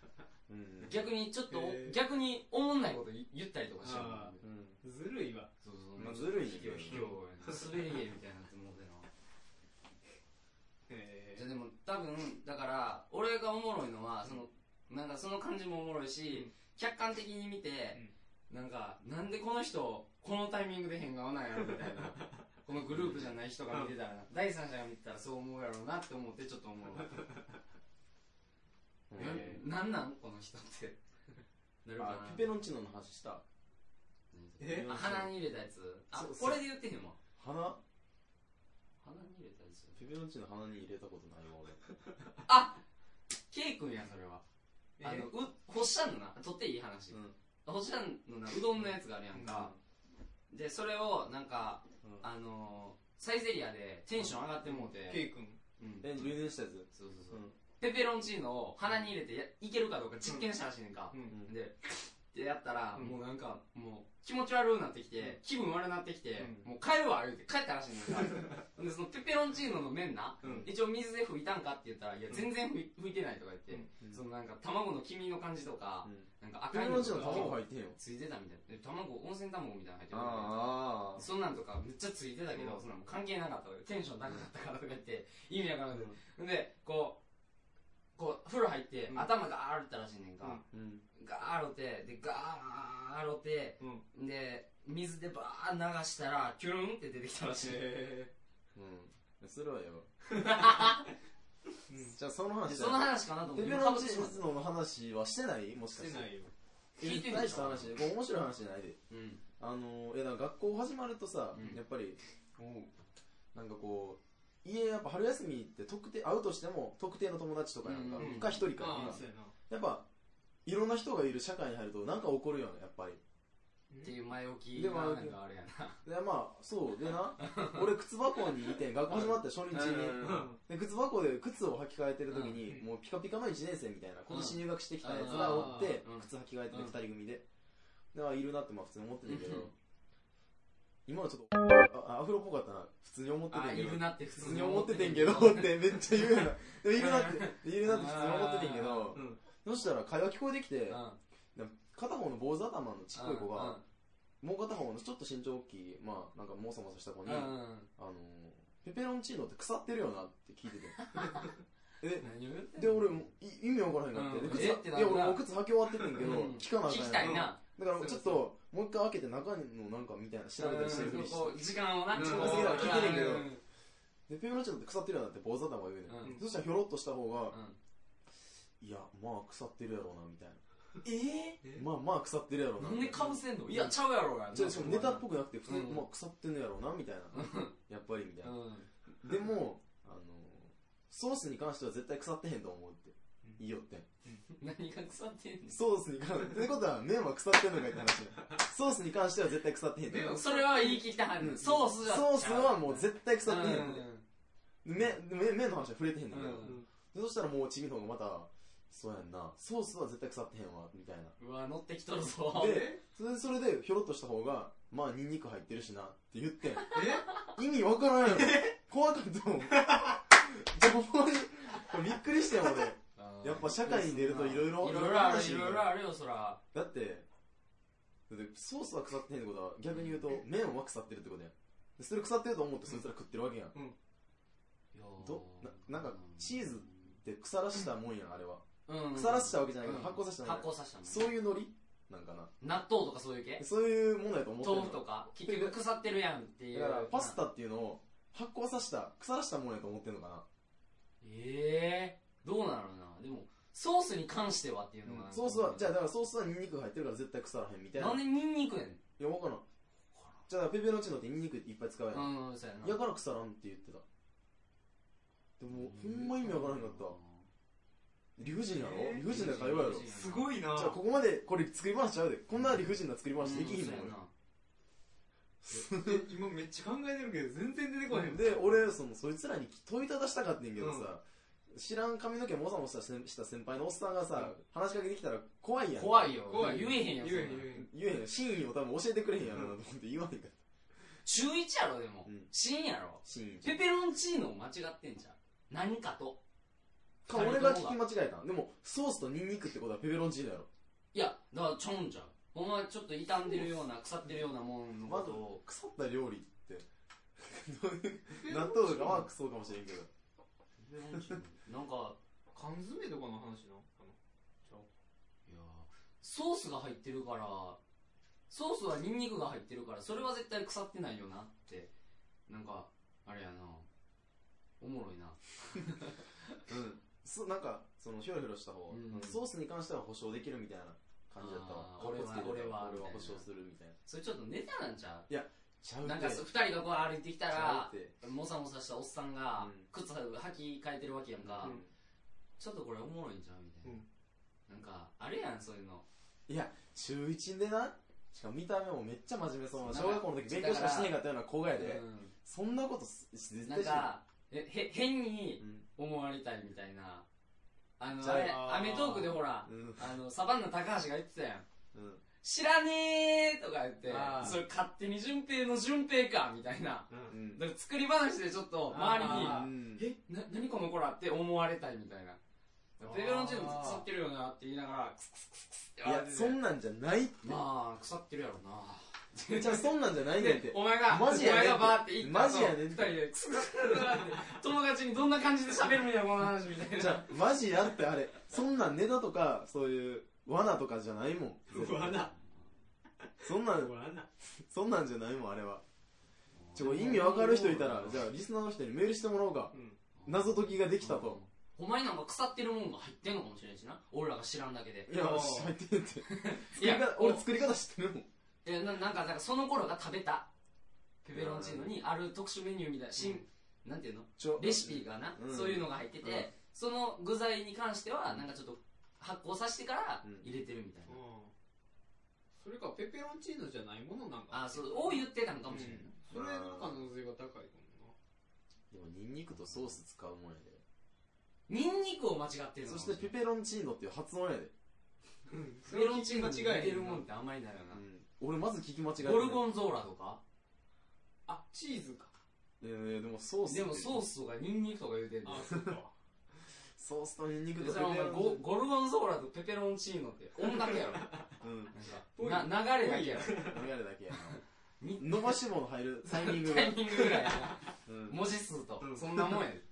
Speaker 3: うん
Speaker 1: 逆にちょっと、
Speaker 4: へー
Speaker 1: 逆に思んないこと言ったりとかしてるもん
Speaker 4: あ
Speaker 3: うん
Speaker 4: ずるいわ。
Speaker 1: そうそう
Speaker 3: まあずるいね
Speaker 1: 卑怯卑怯やな滑り芸みたいになってもうてな
Speaker 4: え
Speaker 1: じゃあでも多分だから俺がおもろいのはその、なんかその感じもおもろいし、
Speaker 4: うん
Speaker 1: 客観的に見て、なんかなんでこの人このタイミングで変顔なんやろみたいな このグループじゃない人が見てたら第三者が見てたらそう思うやろうなって思ってちょっと思う
Speaker 3: え
Speaker 1: ななんなんこの人ってな
Speaker 3: ー
Speaker 1: るか
Speaker 3: あ
Speaker 1: な
Speaker 3: ペペロンチーノの話した
Speaker 1: えあ鼻に入れたやつあ
Speaker 3: そうそ
Speaker 1: こ
Speaker 3: う
Speaker 1: れで言ってへんわ
Speaker 3: 鼻
Speaker 1: 鼻に入れたやつ
Speaker 3: ペペロンチーノ鼻に入れたことないわ俺
Speaker 1: あケイ君やそれは
Speaker 4: え
Speaker 1: あのうほっしゃんのな取っていい話、
Speaker 3: うん
Speaker 1: ほっしゃんのなうどんのやつがあるやんか、でそれをなんか
Speaker 3: うん
Speaker 1: あのー、サイゼリアでテンション上がってもうて、
Speaker 4: ケイ君
Speaker 1: うん
Speaker 3: え留年したやつ
Speaker 1: そうそうそうう、
Speaker 3: ん
Speaker 1: ペペロンチーノを鼻に入れてやいけるかどうか実験したらしいねんか、
Speaker 4: うん
Speaker 3: うん
Speaker 1: ででやったら、
Speaker 4: うん
Speaker 1: もうなんかもう気持ち悪くなってきて、気分悪くなってきて、もう帰るわ言うて帰ったらしいねんか でそのペペロンチーノの麺な、
Speaker 4: うん
Speaker 1: 一応水で拭いたんかって言ったらいや
Speaker 4: うん
Speaker 1: 全然拭い拭いてないとか言って、
Speaker 3: うん
Speaker 1: そのなんか卵の黄身の感じとか、なんか赤
Speaker 3: ペペ
Speaker 1: い
Speaker 3: ロンチー
Speaker 1: と
Speaker 3: ノ
Speaker 1: か
Speaker 3: 卵入ってんよ
Speaker 1: ついてたみたいで卵温泉卵みたいなの入ってるみたいな
Speaker 3: あ
Speaker 1: そんなんとかめっちゃついてたけど、そんなんもう関係なかったテンション高かったからとか言って、意味わからなくて。で、こう、こう、風呂入って、
Speaker 4: うん
Speaker 1: 頭がーったらしいねんか。
Speaker 3: あうん
Speaker 1: ガーロって、で、ガーロって、
Speaker 4: うん
Speaker 1: で、水でバーッ流したら、キュルンって出てきたらしい。
Speaker 4: え
Speaker 3: うんそれはよ
Speaker 4: ーうん
Speaker 3: じゃあその話
Speaker 1: で、
Speaker 3: だ
Speaker 1: その話かなと思
Speaker 3: ペ
Speaker 1: って、
Speaker 3: ペ
Speaker 1: 今
Speaker 3: ロ
Speaker 1: かぶ
Speaker 3: ンチ
Speaker 1: ってし
Speaker 3: ー
Speaker 1: まった。
Speaker 3: ノの話はしてないもし
Speaker 4: し
Speaker 3: かして
Speaker 4: てないよ
Speaker 1: 聞いてみた
Speaker 3: 大した話これ面白い話じゃないで
Speaker 1: うん。
Speaker 3: あのいやだから学校始まるとさ、
Speaker 1: うん
Speaker 3: やっぱりなんかこう家やっぱ春休みって特定会うとしても特定の友達とかなんか、
Speaker 1: うん
Speaker 3: か一人か
Speaker 4: あ
Speaker 3: な
Speaker 4: あそうやな
Speaker 3: やっぱいろんな人がいる社会に入るとなんか起こるよねやっぱり
Speaker 1: っていう前置き
Speaker 3: で
Speaker 1: が
Speaker 3: も
Speaker 1: なんかあれやな。
Speaker 3: でまあそう でな俺靴箱にいてん学校始まった初日に、
Speaker 4: うん
Speaker 3: で靴箱で靴を履き替えてる時に、
Speaker 4: うん
Speaker 3: もうピカピカの1年生みたいな今年入学してきたやつがおって、
Speaker 1: うん
Speaker 3: 靴履き替えてる
Speaker 1: うん
Speaker 3: 2人組で、であいるなってまあ普通に思ってたけど、
Speaker 1: うん
Speaker 3: 今はちょっとあアフロっぽかったな普通に思ってた
Speaker 1: あ、
Speaker 3: け
Speaker 1: い
Speaker 3: ど
Speaker 1: るなって普
Speaker 3: 普
Speaker 1: 通
Speaker 3: 通
Speaker 1: に
Speaker 3: に
Speaker 1: 思
Speaker 3: 思
Speaker 1: っ
Speaker 3: ってて
Speaker 1: て
Speaker 3: て
Speaker 1: ん
Speaker 3: ん
Speaker 1: け
Speaker 3: け
Speaker 1: ど
Speaker 3: ど。ってめっちゃ言うやなでもいるなっているなって普通に思っててんけど
Speaker 4: うん
Speaker 3: そしたら会話聞こえてきて
Speaker 1: うん
Speaker 3: 片方の坊主頭の ちっこい子
Speaker 1: うん
Speaker 3: がもう片方のちょっと身長大きいまあなんかもさもさした子に
Speaker 1: う
Speaker 3: あ
Speaker 1: ん。
Speaker 3: のペペロンチーノって腐ってるよなって聞いててえ
Speaker 1: 何を言ってんの
Speaker 3: で俺もい意味わからへんなって
Speaker 1: う
Speaker 3: で
Speaker 1: ん
Speaker 3: 靴
Speaker 1: え
Speaker 3: い
Speaker 1: ってな
Speaker 3: や
Speaker 1: るな
Speaker 3: 俺もう靴履き終わっててんけど
Speaker 1: うん
Speaker 3: 聞かなあ
Speaker 1: 聞き
Speaker 3: かんや
Speaker 1: たい
Speaker 3: ん
Speaker 1: な。
Speaker 3: だからちょっともう一回開けて中のなんかみたいな調べたりしてるふりして
Speaker 1: うん時間をな、
Speaker 4: うん
Speaker 1: こう
Speaker 4: 稼ぎながら聞いて
Speaker 3: んねんけど
Speaker 1: うん
Speaker 3: でペペロンチーノって腐ってるよなって坊主頭が言うね
Speaker 1: う
Speaker 3: ん
Speaker 1: ん
Speaker 3: そしたらひょろっとした方が
Speaker 1: うん
Speaker 3: いやまあ腐ってるやろうなみたいな
Speaker 1: え
Speaker 4: え
Speaker 3: まあまあ腐ってるやろ
Speaker 1: ー、
Speaker 3: うな
Speaker 1: なんでかぶせんのいや、ちゃうやろが。
Speaker 3: じゃあしかもネタっぽくなくて普通に、
Speaker 1: うん
Speaker 3: まあ腐ってんのやろうなみたいなやっぱりみたいな、
Speaker 1: う
Speaker 3: でもあのソースに関しては絶対腐ってへんと思うって言いよってん
Speaker 1: ん。 何が腐ってん
Speaker 3: ソースに関してってことは麺は腐ってんのかいって話 ソースに関しては絶対腐ってへんって
Speaker 1: のそれは言い切ったは
Speaker 3: う
Speaker 1: ず。
Speaker 3: ん
Speaker 1: ソースじゃ
Speaker 3: ソースはもう絶対腐
Speaker 1: う
Speaker 3: ってへんって
Speaker 1: ん。
Speaker 3: で麺麺の話は触れてへんねんけど、
Speaker 1: うん
Speaker 3: でそしたらもうチミの方がまたそうやんなソースは絶対腐ってへんわみたいな
Speaker 1: うわ、乗ってきとるぞ。
Speaker 3: でそれそれでひょろっとした方がまあニンニク入ってるしなって言ってん
Speaker 4: え
Speaker 3: 意味わからんやろ怖かったもんじゃあほんまにこれびっくりしたよ俺
Speaker 1: うん
Speaker 3: やっぱ社会に出るといろいろ
Speaker 1: いろいろある、
Speaker 3: 話
Speaker 1: い
Speaker 3: にな
Speaker 1: ろいろあるよ、そら。
Speaker 3: だってだってソースは腐ってへんってことは逆に言うと麺は腐ってるってことやんでそれ腐ってると思ってそいつら食ってるわけやんっどななんかチーズて腐らしたもんやんあれは
Speaker 1: うん、
Speaker 3: 腐らしたわけじゃないけど
Speaker 1: うん
Speaker 3: 発酵させたもんや
Speaker 1: 発酵させたもん
Speaker 3: そういうノリなんかな
Speaker 1: 納豆とかそういう系
Speaker 3: そういうものやと思ってん
Speaker 1: 豆
Speaker 3: の
Speaker 1: 腐とか結局腐ってるやんっていう
Speaker 3: だからパスタっていうのを発酵させた腐らしたもんやと思ってんのかな
Speaker 1: ええどうなのなでもソースに関してはっていうのが、
Speaker 3: ソースはじゃあだからソースはニンニクが入ってるから絶対腐らへんみたいな
Speaker 1: なんでニンニクやねん
Speaker 3: いや分からんじゃあペペロンチーノってニンニクいっぱい使うやん、
Speaker 1: うんそうやな
Speaker 3: やから腐らんって言ってたでもほんま意味わからへんかった理不尽やろ、
Speaker 4: えー
Speaker 3: 理不尽な会話やろ
Speaker 1: 理不尽
Speaker 3: じ
Speaker 4: すごいな
Speaker 3: ゃあここまでこれ作り話しちゃうでこんな理不尽な作り
Speaker 1: うん
Speaker 3: 話できひん
Speaker 1: そう
Speaker 3: も
Speaker 1: や
Speaker 3: ん俺
Speaker 1: な
Speaker 4: え今めっちゃ考えてるけど全然出てこへん
Speaker 3: で俺そのそいつらに問いただしたかってんけどさ、知らん髪の毛もさもさした先輩のおっさんがさ、話しかけてきたら怖いやん
Speaker 1: 怖いよ
Speaker 4: 怖い
Speaker 1: 言えへんやん
Speaker 4: 言えへん
Speaker 1: そんな
Speaker 4: 言えへん
Speaker 3: 言えへん真意を多分教えてくれへんやろなと思って言わへんかった
Speaker 1: 中1やろでも
Speaker 3: うん
Speaker 1: 真やろ
Speaker 3: 真意
Speaker 1: ペペロンチーノを間違ってんじゃん何かと
Speaker 3: か俺が聞き間違えたんでもソースとニンニクってことはペペロンチーノやろ
Speaker 1: いやだからちょんじゃんお前ちょっと傷んでるような腐ってるようなもんのこ
Speaker 3: ま
Speaker 1: と
Speaker 3: ず
Speaker 1: を
Speaker 3: 腐った料理ってどういう納豆とかはそうかもしれんけど
Speaker 1: ペペロンチーノなんか
Speaker 4: 缶詰とかの話なのかない
Speaker 1: やーソースが入ってるからソースはニンニクが入ってるからそれは絶対腐ってないよなってなんかあれやなおもろいな
Speaker 3: うんそなんかそのひょろひょろした方、
Speaker 1: うん
Speaker 3: ソースに関しては保証できるみたいな感じだったわ
Speaker 1: あー俺は
Speaker 3: かっこつけて
Speaker 1: 俺
Speaker 3: た
Speaker 1: は
Speaker 3: 俺
Speaker 1: みたい
Speaker 3: は
Speaker 1: な
Speaker 3: 保証するみたいな
Speaker 1: それちょっとネタなんちゃ
Speaker 3: ちゃう
Speaker 1: う
Speaker 3: て
Speaker 1: なんかそ二人がこう歩いてきた
Speaker 3: ちゃ
Speaker 1: ら
Speaker 3: うって
Speaker 1: もさもさしたおっさんが
Speaker 3: うん
Speaker 1: 靴履き替えてるわけやんか、
Speaker 3: うん
Speaker 1: ちょっとこれおもろいんちゃうみたいな、なんかあれやんそういうの
Speaker 3: いや中1でなしかも見た目もめっちゃ真面目そうな
Speaker 1: そう
Speaker 3: 小学校の時勉強しかしてへんかったような子がやで、
Speaker 1: う
Speaker 3: そんなことす絶
Speaker 1: ん、なん
Speaker 3: 対しない
Speaker 1: かえへ変に
Speaker 3: うん
Speaker 1: 思われたいみたいなあ
Speaker 3: ち
Speaker 1: の
Speaker 3: ゃ
Speaker 1: あ
Speaker 3: う
Speaker 1: れ
Speaker 4: あー
Speaker 1: アメトークでほら
Speaker 3: うん
Speaker 1: あのサバンナ高橋が言ってたやん
Speaker 3: うん
Speaker 1: 知らねえとか言って
Speaker 4: あー
Speaker 1: それ勝手に順平の順平かみたいな
Speaker 4: うん
Speaker 3: うん
Speaker 1: だから作り話でちょっと周りに
Speaker 4: あ
Speaker 3: うん
Speaker 1: えな何この子らって思われたいみたいな
Speaker 4: ー
Speaker 1: ペペロンチーノ腐ってるよなって言いながらクスクスクスって
Speaker 3: いやそん
Speaker 1: な
Speaker 3: なんじゃないって、
Speaker 1: まあ腐ってるやろな
Speaker 3: じゃあそんなんじゃないねんって
Speaker 1: お前が、
Speaker 3: マジやねん
Speaker 1: お前がバーって行った
Speaker 3: マジやねん
Speaker 1: 二人で、クスクスクスって友達にどんな感じで喋るんや、この話みたい
Speaker 3: じ
Speaker 1: な。
Speaker 3: ゃあマジやってあれそんなんネタとかそういう罠とかじゃないもん
Speaker 4: 罠
Speaker 3: そんなん
Speaker 4: 罠
Speaker 3: そんなんじゃないもんあれはちょ意味わかる人いたらじゃあリスナーの人にメールしてもらおうか
Speaker 4: うん
Speaker 3: 謎解きができたと。
Speaker 1: ほんまになんか腐ってるもんが入ってんのかもしれないしな。俺らが知らんだけで。
Speaker 3: いや
Speaker 4: うん
Speaker 3: 入ってんって作
Speaker 1: い
Speaker 3: り
Speaker 1: や
Speaker 3: 方 俺作り方知ってるもん
Speaker 1: えななんか、なんかその頃が食べた、ペペロンチーノにある特殊メニューみたいな、新、なんていうの
Speaker 3: ちょ
Speaker 1: レシピがな、
Speaker 3: うん
Speaker 1: そういうのが入ってて、
Speaker 3: うん
Speaker 1: その具材に関しては、なんかちょっと発酵させてから
Speaker 3: うん
Speaker 1: 入れてるみたいな。
Speaker 4: それかペペロンチーノじゃないものなんか
Speaker 1: あ、そう、を言ってたのかもしれないな。
Speaker 4: それの可能性が高いかも
Speaker 3: でもニンニクとソース使うもんや
Speaker 1: ニンニクを間違って
Speaker 3: で
Speaker 1: るのかも
Speaker 3: そし
Speaker 1: れな
Speaker 3: て
Speaker 1: い
Speaker 3: ペペロンチーノっていう発音やで
Speaker 4: な
Speaker 1: ペペロンチーノに
Speaker 4: 間
Speaker 1: 似
Speaker 4: 違え
Speaker 1: てるもんってあんまりないよ
Speaker 3: 俺まず聞き間違え
Speaker 1: な。
Speaker 3: て
Speaker 1: ゴルゴンゾーラとか
Speaker 4: あチーズか
Speaker 3: いやいやでもソース
Speaker 1: でもソー
Speaker 3: ス
Speaker 1: スとかニンニクとか言うてんの
Speaker 4: あそうか
Speaker 3: ソースとニンニクと
Speaker 1: そ
Speaker 3: ペ
Speaker 1: れ
Speaker 3: ペ
Speaker 1: お前
Speaker 3: ロンチ
Speaker 1: ゴゴルゴンゾーラとペペロンチーノって音だけや
Speaker 3: ーノうん
Speaker 1: ろなんかな流れだけやろ
Speaker 3: 流れだけやな
Speaker 1: に
Speaker 3: 伸ばし棒の入 るタイミングが
Speaker 1: タイミングぐらいやな
Speaker 3: うん
Speaker 1: 文字数と
Speaker 4: うん
Speaker 1: そんなもんやで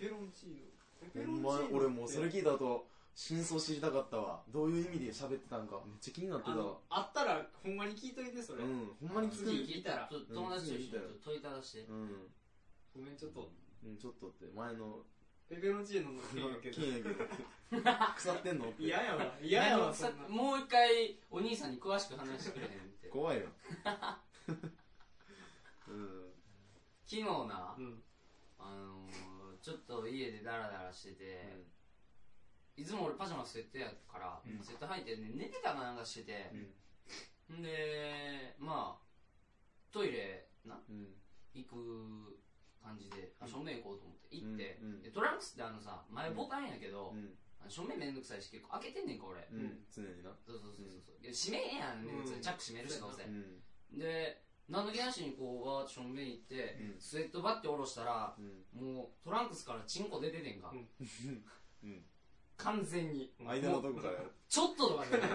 Speaker 4: ペペロンチーノペペロ
Speaker 3: ほ
Speaker 4: ン
Speaker 3: ん
Speaker 4: チ
Speaker 3: ま
Speaker 4: ーノ
Speaker 3: 俺もうそれ
Speaker 4: って
Speaker 3: 聞いた後真相知りたかったわどういう意味で喋ってたんかめっちゃ気になってた
Speaker 4: あ
Speaker 3: わ
Speaker 4: のあったらほんまに聞いといてそれ
Speaker 3: うんほんまに聞
Speaker 1: 次
Speaker 3: く
Speaker 1: 聞いたらちょっと友達と一緒に
Speaker 3: うん
Speaker 1: ちょっと問いただして
Speaker 3: うん
Speaker 4: ごめんちょっと
Speaker 3: うんちょっとって前の
Speaker 4: ペペロンチーノの件やけ ど
Speaker 3: 金やけど腐ってんのって
Speaker 4: 嫌やわ嫌や
Speaker 1: 何
Speaker 4: わ
Speaker 1: も
Speaker 4: そ
Speaker 1: さ
Speaker 4: んな
Speaker 1: もう一回お兄さんに詳しく話してくれへんって昨
Speaker 3: 怖いようん
Speaker 1: 日な
Speaker 4: うん
Speaker 1: あのーちょっと家でダラダラしてていつも俺パジャマセットやから、
Speaker 4: うん
Speaker 1: セット履いて、ね、寝てたかなんかしてて、んでまあトイレな
Speaker 3: うん
Speaker 1: 行く感じで、あ正面行こうと思って行って、
Speaker 3: うんうん
Speaker 1: でトランクスってあのさ前ボタンやけど、
Speaker 3: うん
Speaker 1: あの正面めんどくさいし結構開けてんねんか俺、
Speaker 3: う
Speaker 4: うんん
Speaker 3: 常にな
Speaker 1: そうそうそうそう、いや閉めへんやんめんどくさい、
Speaker 4: うん
Speaker 1: チャック閉めるしどうせ
Speaker 3: う、ん
Speaker 1: で何の気なしにこうわーって正面行って、
Speaker 3: うん
Speaker 1: スウェットバッて下ろしたら
Speaker 3: うん
Speaker 1: もうトランクスからチンコ出ててんか、
Speaker 4: うん
Speaker 3: うん
Speaker 1: 完全に
Speaker 3: 間のとこから
Speaker 1: ちょっととかじゃ ない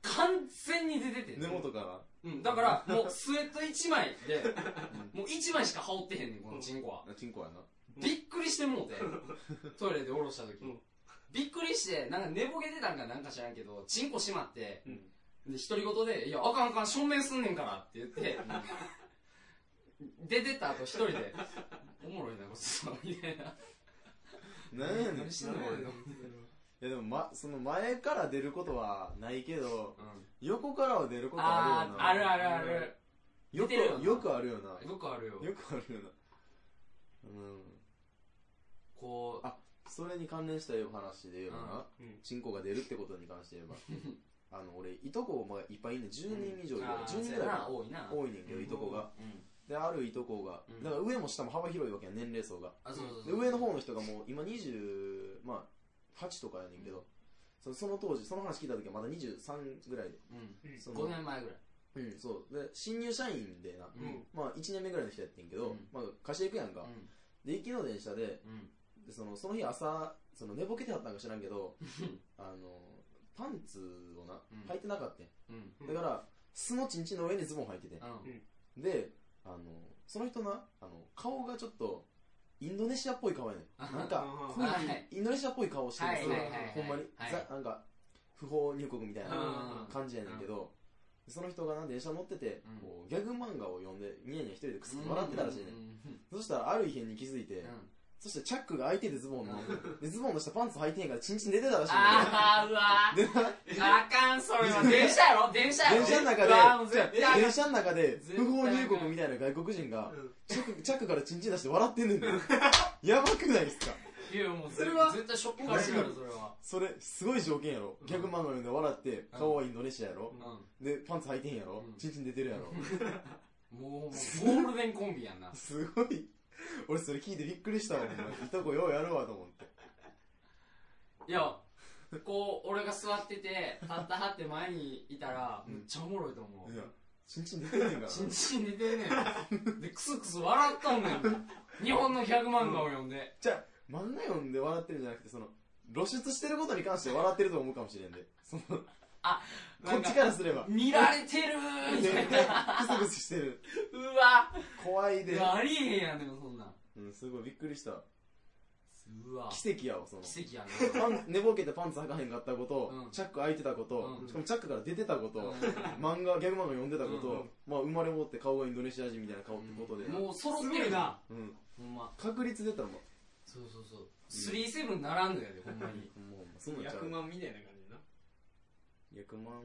Speaker 1: 完全に出ててん
Speaker 3: 根元か
Speaker 1: うん、だから、もうスウェット1枚で、もう1枚しか羽織ってへんねん、このチンコは。
Speaker 3: らチンコやな
Speaker 4: うん
Speaker 1: びっくりしてもうて、トイレで下ろした時
Speaker 4: うん
Speaker 1: びっくりして、なんか寝ぼけてたんかなんか知らんけど、チンコしまって、
Speaker 4: うん
Speaker 1: で、独り言で、いや、あかんあかん、正面すんねんからって言って、出てった後一人で、おもろいな、こいつは、みたいな。
Speaker 3: なんやねん
Speaker 1: 何してんの俺の。
Speaker 3: いやでも、ま、その前から出ることはないけど、
Speaker 1: うん
Speaker 3: 横からは出ることある
Speaker 1: あ
Speaker 3: よ
Speaker 1: ー、
Speaker 3: な。
Speaker 1: あるあるある。
Speaker 3: よ
Speaker 1: 出てるよ
Speaker 3: く、
Speaker 1: な
Speaker 3: よくあるよな。
Speaker 1: よくあるよ。
Speaker 3: よくあるよな。うん。
Speaker 1: こう、
Speaker 3: それに関連した話で言えばな、
Speaker 4: うんうん
Speaker 3: チンコが出るってことに関して言 えば、あの、俺、いとこがいっぱいいんねん10人以上いる
Speaker 1: あ。ー
Speaker 3: 10人
Speaker 1: そう
Speaker 3: ぐ
Speaker 1: や
Speaker 3: らい
Speaker 1: な多いな。
Speaker 3: 多いねんけど、
Speaker 4: うん
Speaker 3: いとこが。
Speaker 1: うん。
Speaker 3: で、あるいとこが
Speaker 1: うん、
Speaker 3: だから上も下も幅広いわけやん、年齢層が。
Speaker 1: あ、そうそう
Speaker 3: で
Speaker 1: そう。
Speaker 3: 上の方の人がもう今20、まあ、8とかやねんけど、そのその当時、その話聞いた時はまだ23ぐらいで。
Speaker 1: うん。
Speaker 4: うん
Speaker 3: その
Speaker 1: 5年前ぐらい。
Speaker 3: うん、そうで新入社員でな、
Speaker 1: うん
Speaker 3: まあ、1年目ぐらいの人やってんけど、
Speaker 1: うん
Speaker 3: まあ、会社行くやんか、で行きの電車で
Speaker 1: うん。うん。
Speaker 3: でそのその日朝その寝ぼけてはったんか知らんけどあのパンツをな
Speaker 1: うん
Speaker 3: 履いてなかったん、
Speaker 1: うん。
Speaker 4: うん
Speaker 3: だから素のちんちんの上にズボン履いててん、
Speaker 1: うん
Speaker 3: であのその人なあの顔がちょっとインドネシアっぽい顔やねんなんか
Speaker 4: あ
Speaker 3: 濃い
Speaker 1: はい
Speaker 3: インドネシアっぽい顔をしてるんですよ
Speaker 4: はいはいはい
Speaker 1: はい
Speaker 3: ほんまに、
Speaker 1: はい
Speaker 3: ザなんか不法入国みたい
Speaker 1: う
Speaker 3: な
Speaker 1: ん
Speaker 3: 感じやねんけど、でその人がな電車乗ってて、
Speaker 1: うん
Speaker 3: こうギャグ漫画を読んでニヤニヤ一人でくすっと笑ってたらしいね、そしたらある異変に気づいて、そしてチャックが開いててズボンの、でズボンの下パンツ履いてへんからチンチン出てたらしいね
Speaker 1: あーうわ
Speaker 3: でな
Speaker 1: ーあかんそれは電車やろ電車やろ
Speaker 3: 電車の中で
Speaker 1: うわーもう絶対あかん
Speaker 3: 電車の中で
Speaker 1: 絶対
Speaker 3: 不法入国みたいな外国人がチャックチャックからチンチン出して笑っ てんねんでやばくないですか
Speaker 1: いやもう
Speaker 2: それは
Speaker 1: 絶対ショックがしいやろそれは
Speaker 3: それすごい条件やろ、
Speaker 1: うん
Speaker 3: ギャグ漫画読んで笑って顔はインドネシアやろ、
Speaker 1: う
Speaker 3: でパンツ履いてへんやろ、
Speaker 1: うん
Speaker 3: チンチン出てるやろ
Speaker 1: んもうもうゴールデンコンビやんな
Speaker 3: すごい俺それ聞いてびっくりしたわお前いとこようやるわと思って
Speaker 1: いやこう俺が座ってて立ったはって前にいたら
Speaker 3: うん
Speaker 1: めっちゃおもろいと思う
Speaker 3: いやチンチン出てへんから
Speaker 1: ちんちん寝てんねんでクスクス笑っとんねん日本のギャグ漫画を読んで
Speaker 3: じゃあ漫画読んで笑ってるんじゃなくてその露出してることに関して笑ってると思うかもしれんでそのこ
Speaker 1: なん
Speaker 3: っ
Speaker 1: か
Speaker 3: ちから すれば
Speaker 1: 見られてるーみ
Speaker 3: 絶
Speaker 1: た
Speaker 3: 対
Speaker 1: いな
Speaker 3: クスクスしてる
Speaker 1: うわ
Speaker 3: 怖い
Speaker 1: い
Speaker 3: で
Speaker 1: やありえへんやんでもそんなん
Speaker 3: うんすごいびっくりした
Speaker 1: うわ
Speaker 3: 奇跡やわその
Speaker 1: 奇跡やな
Speaker 3: パン寝ぼけてパンツ履かへんかったこと、
Speaker 1: うん
Speaker 3: チャック開いてたこと、
Speaker 1: うん
Speaker 3: しかもチャックから出てたこと、
Speaker 1: う
Speaker 3: 漫画ギャグ漫画読んでたこと、
Speaker 1: うんう
Speaker 3: まあ、生まれ持って顔がインドネシア人みたいな顔ってことで、うん
Speaker 1: もう揃ってるなほんま
Speaker 3: 確率出たらも
Speaker 1: そうそうそう37ならんのやでほんまに
Speaker 3: うもうそんなんちゃ
Speaker 4: 役
Speaker 3: う
Speaker 4: 満みたいな感じな
Speaker 3: 役満は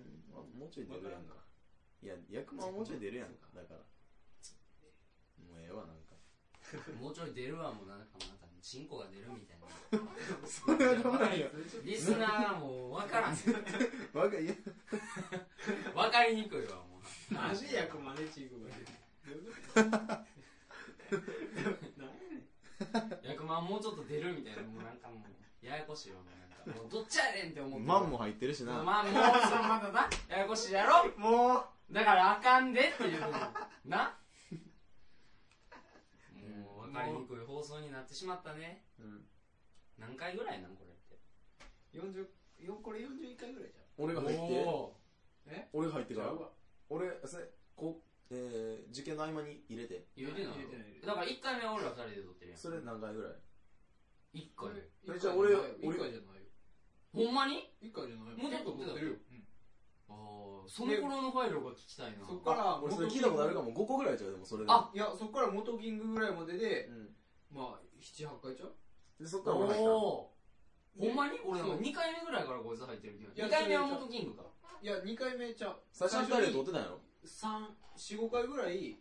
Speaker 3: もうちょい出るやんか
Speaker 4: わか
Speaker 3: いや役満はもうちょい出るやんかだからもうええわなんか
Speaker 1: もうちょい出るわもうなんかまたチンコが出るみたいな
Speaker 3: それはダメなんや
Speaker 1: リスナーがもう分から ん分
Speaker 3: わかいや
Speaker 1: かりにくいわもう
Speaker 4: マジで役満でチークが出る何やねん
Speaker 1: 役満もうちょっと出るみたいなもうなんかもうややこしいわもうなんかもうどっちやねんって思って
Speaker 3: マンも入ってるしな、
Speaker 1: まあもうそのまだなややこしいやろ
Speaker 3: もう
Speaker 1: だからあかんでっていうなもう分かりにくい放送になってしまったね
Speaker 3: うん
Speaker 1: 何回ぐらいなんこれって
Speaker 4: 40よこれ41回ぐらいじ
Speaker 3: 俺が入って
Speaker 1: お
Speaker 3: 俺が入って
Speaker 4: ゃん
Speaker 3: から
Speaker 4: ちゃうわ
Speaker 3: 俺それこう、えー、受験の合間に入れて
Speaker 1: ー入れてない
Speaker 4: 入れてない入れて
Speaker 1: だから一回目は俺ら二人で撮ってるやん
Speaker 3: それ何回ぐらい
Speaker 1: 一回
Speaker 3: えじゃあ俺
Speaker 4: 一
Speaker 3: 俺
Speaker 4: 回じゃないよ
Speaker 1: ほんまに
Speaker 4: 一回じゃないよ
Speaker 1: もうちょっと
Speaker 4: 結構撮ってるよ
Speaker 1: ああその頃のファイルが聞きたいな
Speaker 4: そっから
Speaker 3: 俺それ聞いたことあるかも5個ぐらいちゃうでもそれで
Speaker 1: あ
Speaker 4: いやそっから元キングぐらいまでで
Speaker 3: うん
Speaker 4: まあ78回ちゃう
Speaker 3: でそっから俺入った
Speaker 1: おおーほんまに俺
Speaker 4: そう
Speaker 1: 2回目ぐらいからこいつ入ってる
Speaker 4: い
Speaker 1: けど2
Speaker 4: や
Speaker 1: 回目は元キングか
Speaker 4: いや2回目ちゃう
Speaker 3: 最初の2人で撮ってたんやろ
Speaker 4: 345回ぐらい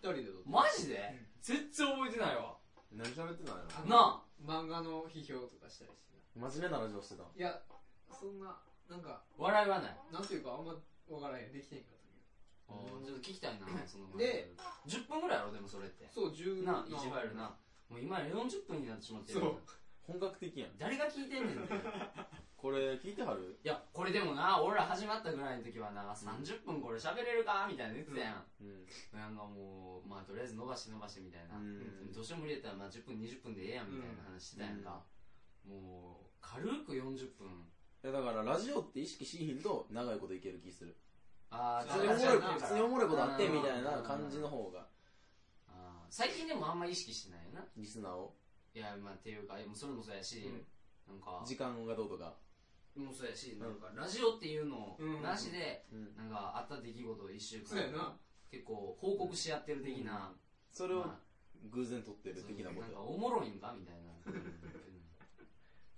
Speaker 4: 2人で撮って
Speaker 1: マジで
Speaker 4: うん
Speaker 1: 全然覚えてないわ
Speaker 3: 何喋ってたんや
Speaker 4: あ
Speaker 1: な
Speaker 4: 漫画の批評とかしたりしてた
Speaker 3: ろ真面目なラジオしてたん
Speaker 4: いやそんななんか
Speaker 1: あ笑いはない
Speaker 4: なんていうかあんま分からへんできてへんかったけ
Speaker 1: あーちょっと聞きたいなその
Speaker 4: で
Speaker 1: 10分ぐらいやろでもそれって
Speaker 4: どそう10
Speaker 1: な1ファイルなもう今や40分になってしまってる
Speaker 4: そう
Speaker 3: 本格的やん
Speaker 1: 誰が聞いてんねんって
Speaker 3: これ聞いてはる
Speaker 1: いやこれでもな俺ら始まったぐらいの時はな30分これ喋れるかみたいな言ってたやん
Speaker 3: うん
Speaker 1: なんかもう、まあとりあえず伸ばして伸ばしてみたいな、
Speaker 3: うん
Speaker 1: どうしても無理やったらまあ10分、20分でええやんみたいな話してたやんか、もう軽く40分、
Speaker 3: いやだからラジオって意識しひんと長いこといける気する
Speaker 1: あー
Speaker 3: 普通に
Speaker 1: じゃ
Speaker 3: お
Speaker 1: あじゃ
Speaker 3: もろい
Speaker 1: あ
Speaker 3: 普通におもろいことあって
Speaker 1: うん
Speaker 3: みたいな感じの方が
Speaker 1: あー最近でもあんま意識してないよな、
Speaker 3: リスナーを
Speaker 1: いや、まあっていうか、いやもうそれもそうやし、なんか、
Speaker 3: 時間がどうとか
Speaker 1: もうそうやし、なんかラジオっていうの
Speaker 4: うん
Speaker 1: なしで、
Speaker 3: うん
Speaker 1: なんかあった出来事を1週
Speaker 4: そうや
Speaker 1: 間
Speaker 4: な、
Speaker 1: 結構報告し合ってる的な、
Speaker 3: それを
Speaker 1: まあ
Speaker 3: 偶然撮ってる的なこ
Speaker 1: なんか
Speaker 3: と
Speaker 1: おもろいんかみたい な、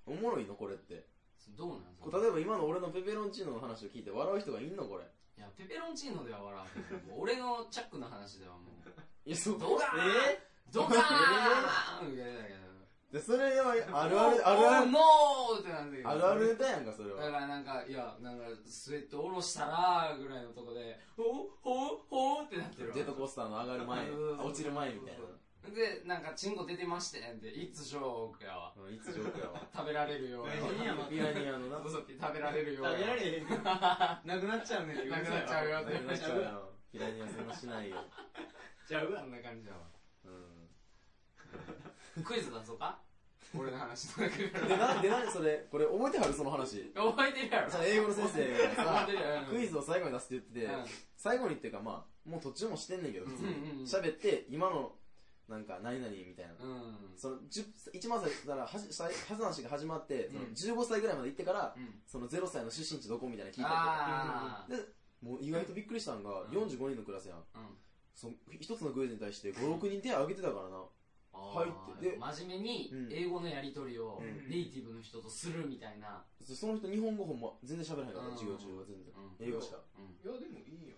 Speaker 3: おもろいのこれって
Speaker 1: うんどうなん
Speaker 3: こう例えば今の俺のペペロンチーノの話を聞いて笑う人がいんのこれ
Speaker 1: いや、ペペロンチーノでは笑うけど、もう俺のチャックの話ではもう、
Speaker 3: いやそう
Speaker 1: ドカーン
Speaker 3: え
Speaker 1: ドカーンみたいな。
Speaker 3: ーでそれはあるあるあるある
Speaker 1: ノーってなんだけど。
Speaker 3: あるあるネタやんかそれ
Speaker 1: だか
Speaker 3: は
Speaker 1: らなんか、いや、なんか、スウェット下ろしたら、ぐらいのとこで、ほほほってなってるわ
Speaker 3: ジェットコースターの上がる前
Speaker 1: うん
Speaker 3: 落ちる前みたい
Speaker 1: で、なんか、チンコ出てましてんって、いつジョークやわ。
Speaker 3: なうんいつジョークやわ
Speaker 1: 食べられるようやわ。
Speaker 4: 何やわ
Speaker 3: ピラニアの な
Speaker 1: そうそう食べられるようやわ。
Speaker 4: 食べられへんなくなっちゃうねん
Speaker 1: なくなっちゃうよって
Speaker 3: なくなっちゃうよピラニアそんなしないよ
Speaker 4: ちゃうわ
Speaker 1: そんな感じやわ。
Speaker 3: うん
Speaker 1: クイズ出そうか俺の話の中か
Speaker 3: で
Speaker 1: ら。
Speaker 3: なでなそれこれ覚えてはるその話
Speaker 1: 覚えてるやろ
Speaker 3: じゃ。あ英語の先生が
Speaker 1: 覚
Speaker 3: さ
Speaker 1: えてるやろ。
Speaker 3: クイズを最後に出すって言って
Speaker 1: うん
Speaker 3: て最後にっていうかまあもう途中もしてんねんけど普通
Speaker 1: うんうんうん
Speaker 3: に喋って今のなんか何々みたいな
Speaker 1: うん。
Speaker 3: その10一番最初だからはじさいはずなしが始まって
Speaker 1: うん
Speaker 3: その15歳ぐらいまで行ってから
Speaker 1: うん
Speaker 3: その0歳の出身地どこみたいなの聞いたりと
Speaker 1: あ
Speaker 3: かでもう意外とびっくりしたんが、
Speaker 1: うん
Speaker 3: 45人のクラスやん。
Speaker 1: うん
Speaker 3: その一つのクイズに対して5、6人手挙げてたからな。
Speaker 1: あー
Speaker 3: 入ってで
Speaker 1: 真面目に
Speaker 3: うん
Speaker 1: 英語のやり取りを
Speaker 3: うん
Speaker 1: ネイティブの人とするみたいな、
Speaker 3: そその人日本語ほんま全然喋らへんかった、
Speaker 1: うん
Speaker 3: 授業中は全然。
Speaker 1: うん
Speaker 3: 英語しか。
Speaker 1: うん
Speaker 4: いや、でもいいよ。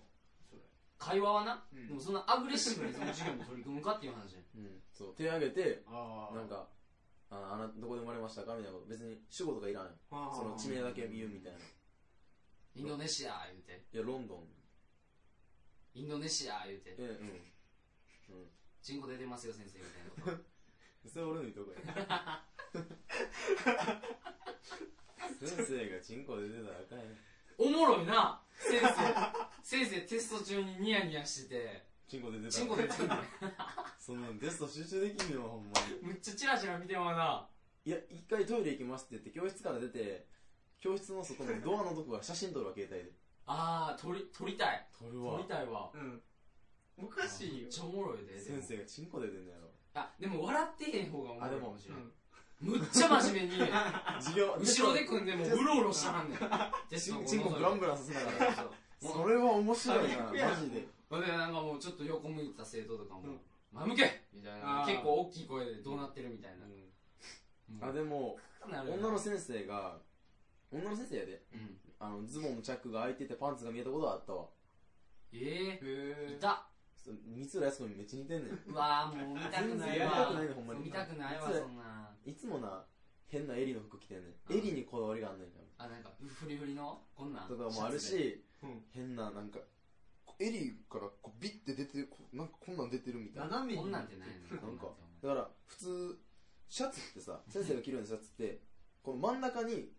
Speaker 4: それ。
Speaker 1: 会話はな、
Speaker 4: うん
Speaker 1: でもそんなアグレッシブにその授業も取り組むかっていう話や
Speaker 3: うん。そう、手挙げて、
Speaker 4: ああ。
Speaker 3: なん、か、ああなたどこで生まれましたかみたいなこと。別に主語とかいらんよ。その地
Speaker 4: 味
Speaker 3: 名だけ言うみたいな。
Speaker 1: インドネシア言うて
Speaker 3: いや、ロンドン。
Speaker 1: インドネシア言うて
Speaker 3: え、うん。うん。
Speaker 1: チンコ出てますよ先生みたいなこ
Speaker 3: それ俺のいと こや。先生がチンコ出てたらあかんやん。
Speaker 1: とおもろいな先生 先生テスト中にニヤニヤしてて
Speaker 3: チンコ出てたら
Speaker 1: チンコ出て んの
Speaker 3: そんなんテスト集中できんよ、ほんまに。
Speaker 1: むっちゃチラチラ見てまうない
Speaker 3: や、一回トイレ行きますって言って、教室から出て、教室の外のドアのとこから写真撮るわ、携帯で。
Speaker 1: あー撮り撮りたい
Speaker 3: 撮る
Speaker 1: 撮りたいわ
Speaker 4: うん。おかしい
Speaker 1: め
Speaker 4: よ
Speaker 1: っ。ちゃおもろいででも
Speaker 3: 先生がチンコ出てんのやろ。
Speaker 1: あでも笑ってへん方がおも
Speaker 3: あ
Speaker 1: ろ
Speaker 3: で
Speaker 1: い
Speaker 3: も
Speaker 1: かもしれない、むっちゃ真面目に
Speaker 3: 授 業、
Speaker 1: 後ろで組んでもうろうろしたらんねんテス
Speaker 3: チ
Speaker 1: ト
Speaker 3: ン
Speaker 1: の
Speaker 3: チンコブランブランさせな がら。
Speaker 1: もう
Speaker 3: それは面白 いな、
Speaker 4: 最悪や
Speaker 3: マジで。
Speaker 1: ほんでなんかもうちょっと横向いた生徒とかも
Speaker 4: うん
Speaker 1: 「前向け!」みたいな
Speaker 4: あー
Speaker 1: 結構大きい声でどうなってるみたいな、
Speaker 3: あ、でも、女の先生が、女の先生やで。
Speaker 1: うん
Speaker 3: あの、ズボンのチャックが開いててパンツが見えたことはあったわ。
Speaker 1: ええ
Speaker 4: へ
Speaker 1: いた
Speaker 3: そ三浦康子にめっちゃ似てんねん。
Speaker 1: うわーもう見たく
Speaker 3: 全
Speaker 1: な
Speaker 3: 然
Speaker 1: い
Speaker 3: やりたくな
Speaker 1: わ
Speaker 3: いねん、ほんまに。
Speaker 1: 見たくないわ
Speaker 3: いつ
Speaker 1: そんない
Speaker 3: つもな、変な襟の服着てんね
Speaker 1: うん
Speaker 3: ん。襟にこだわりがあんねんから。
Speaker 1: あなんかフリフリのこんなん
Speaker 3: とかもある
Speaker 1: シャツで
Speaker 3: し、
Speaker 4: うん
Speaker 3: 変な、なんか、こう襟からこうビッて出てる、こうなんかこんなん出てるみたいな。
Speaker 4: 斜めに。
Speaker 1: こんなんってないね
Speaker 3: なんか、だから、普通、シャツってさ、先生が着るようなシャツって、この真ん中に、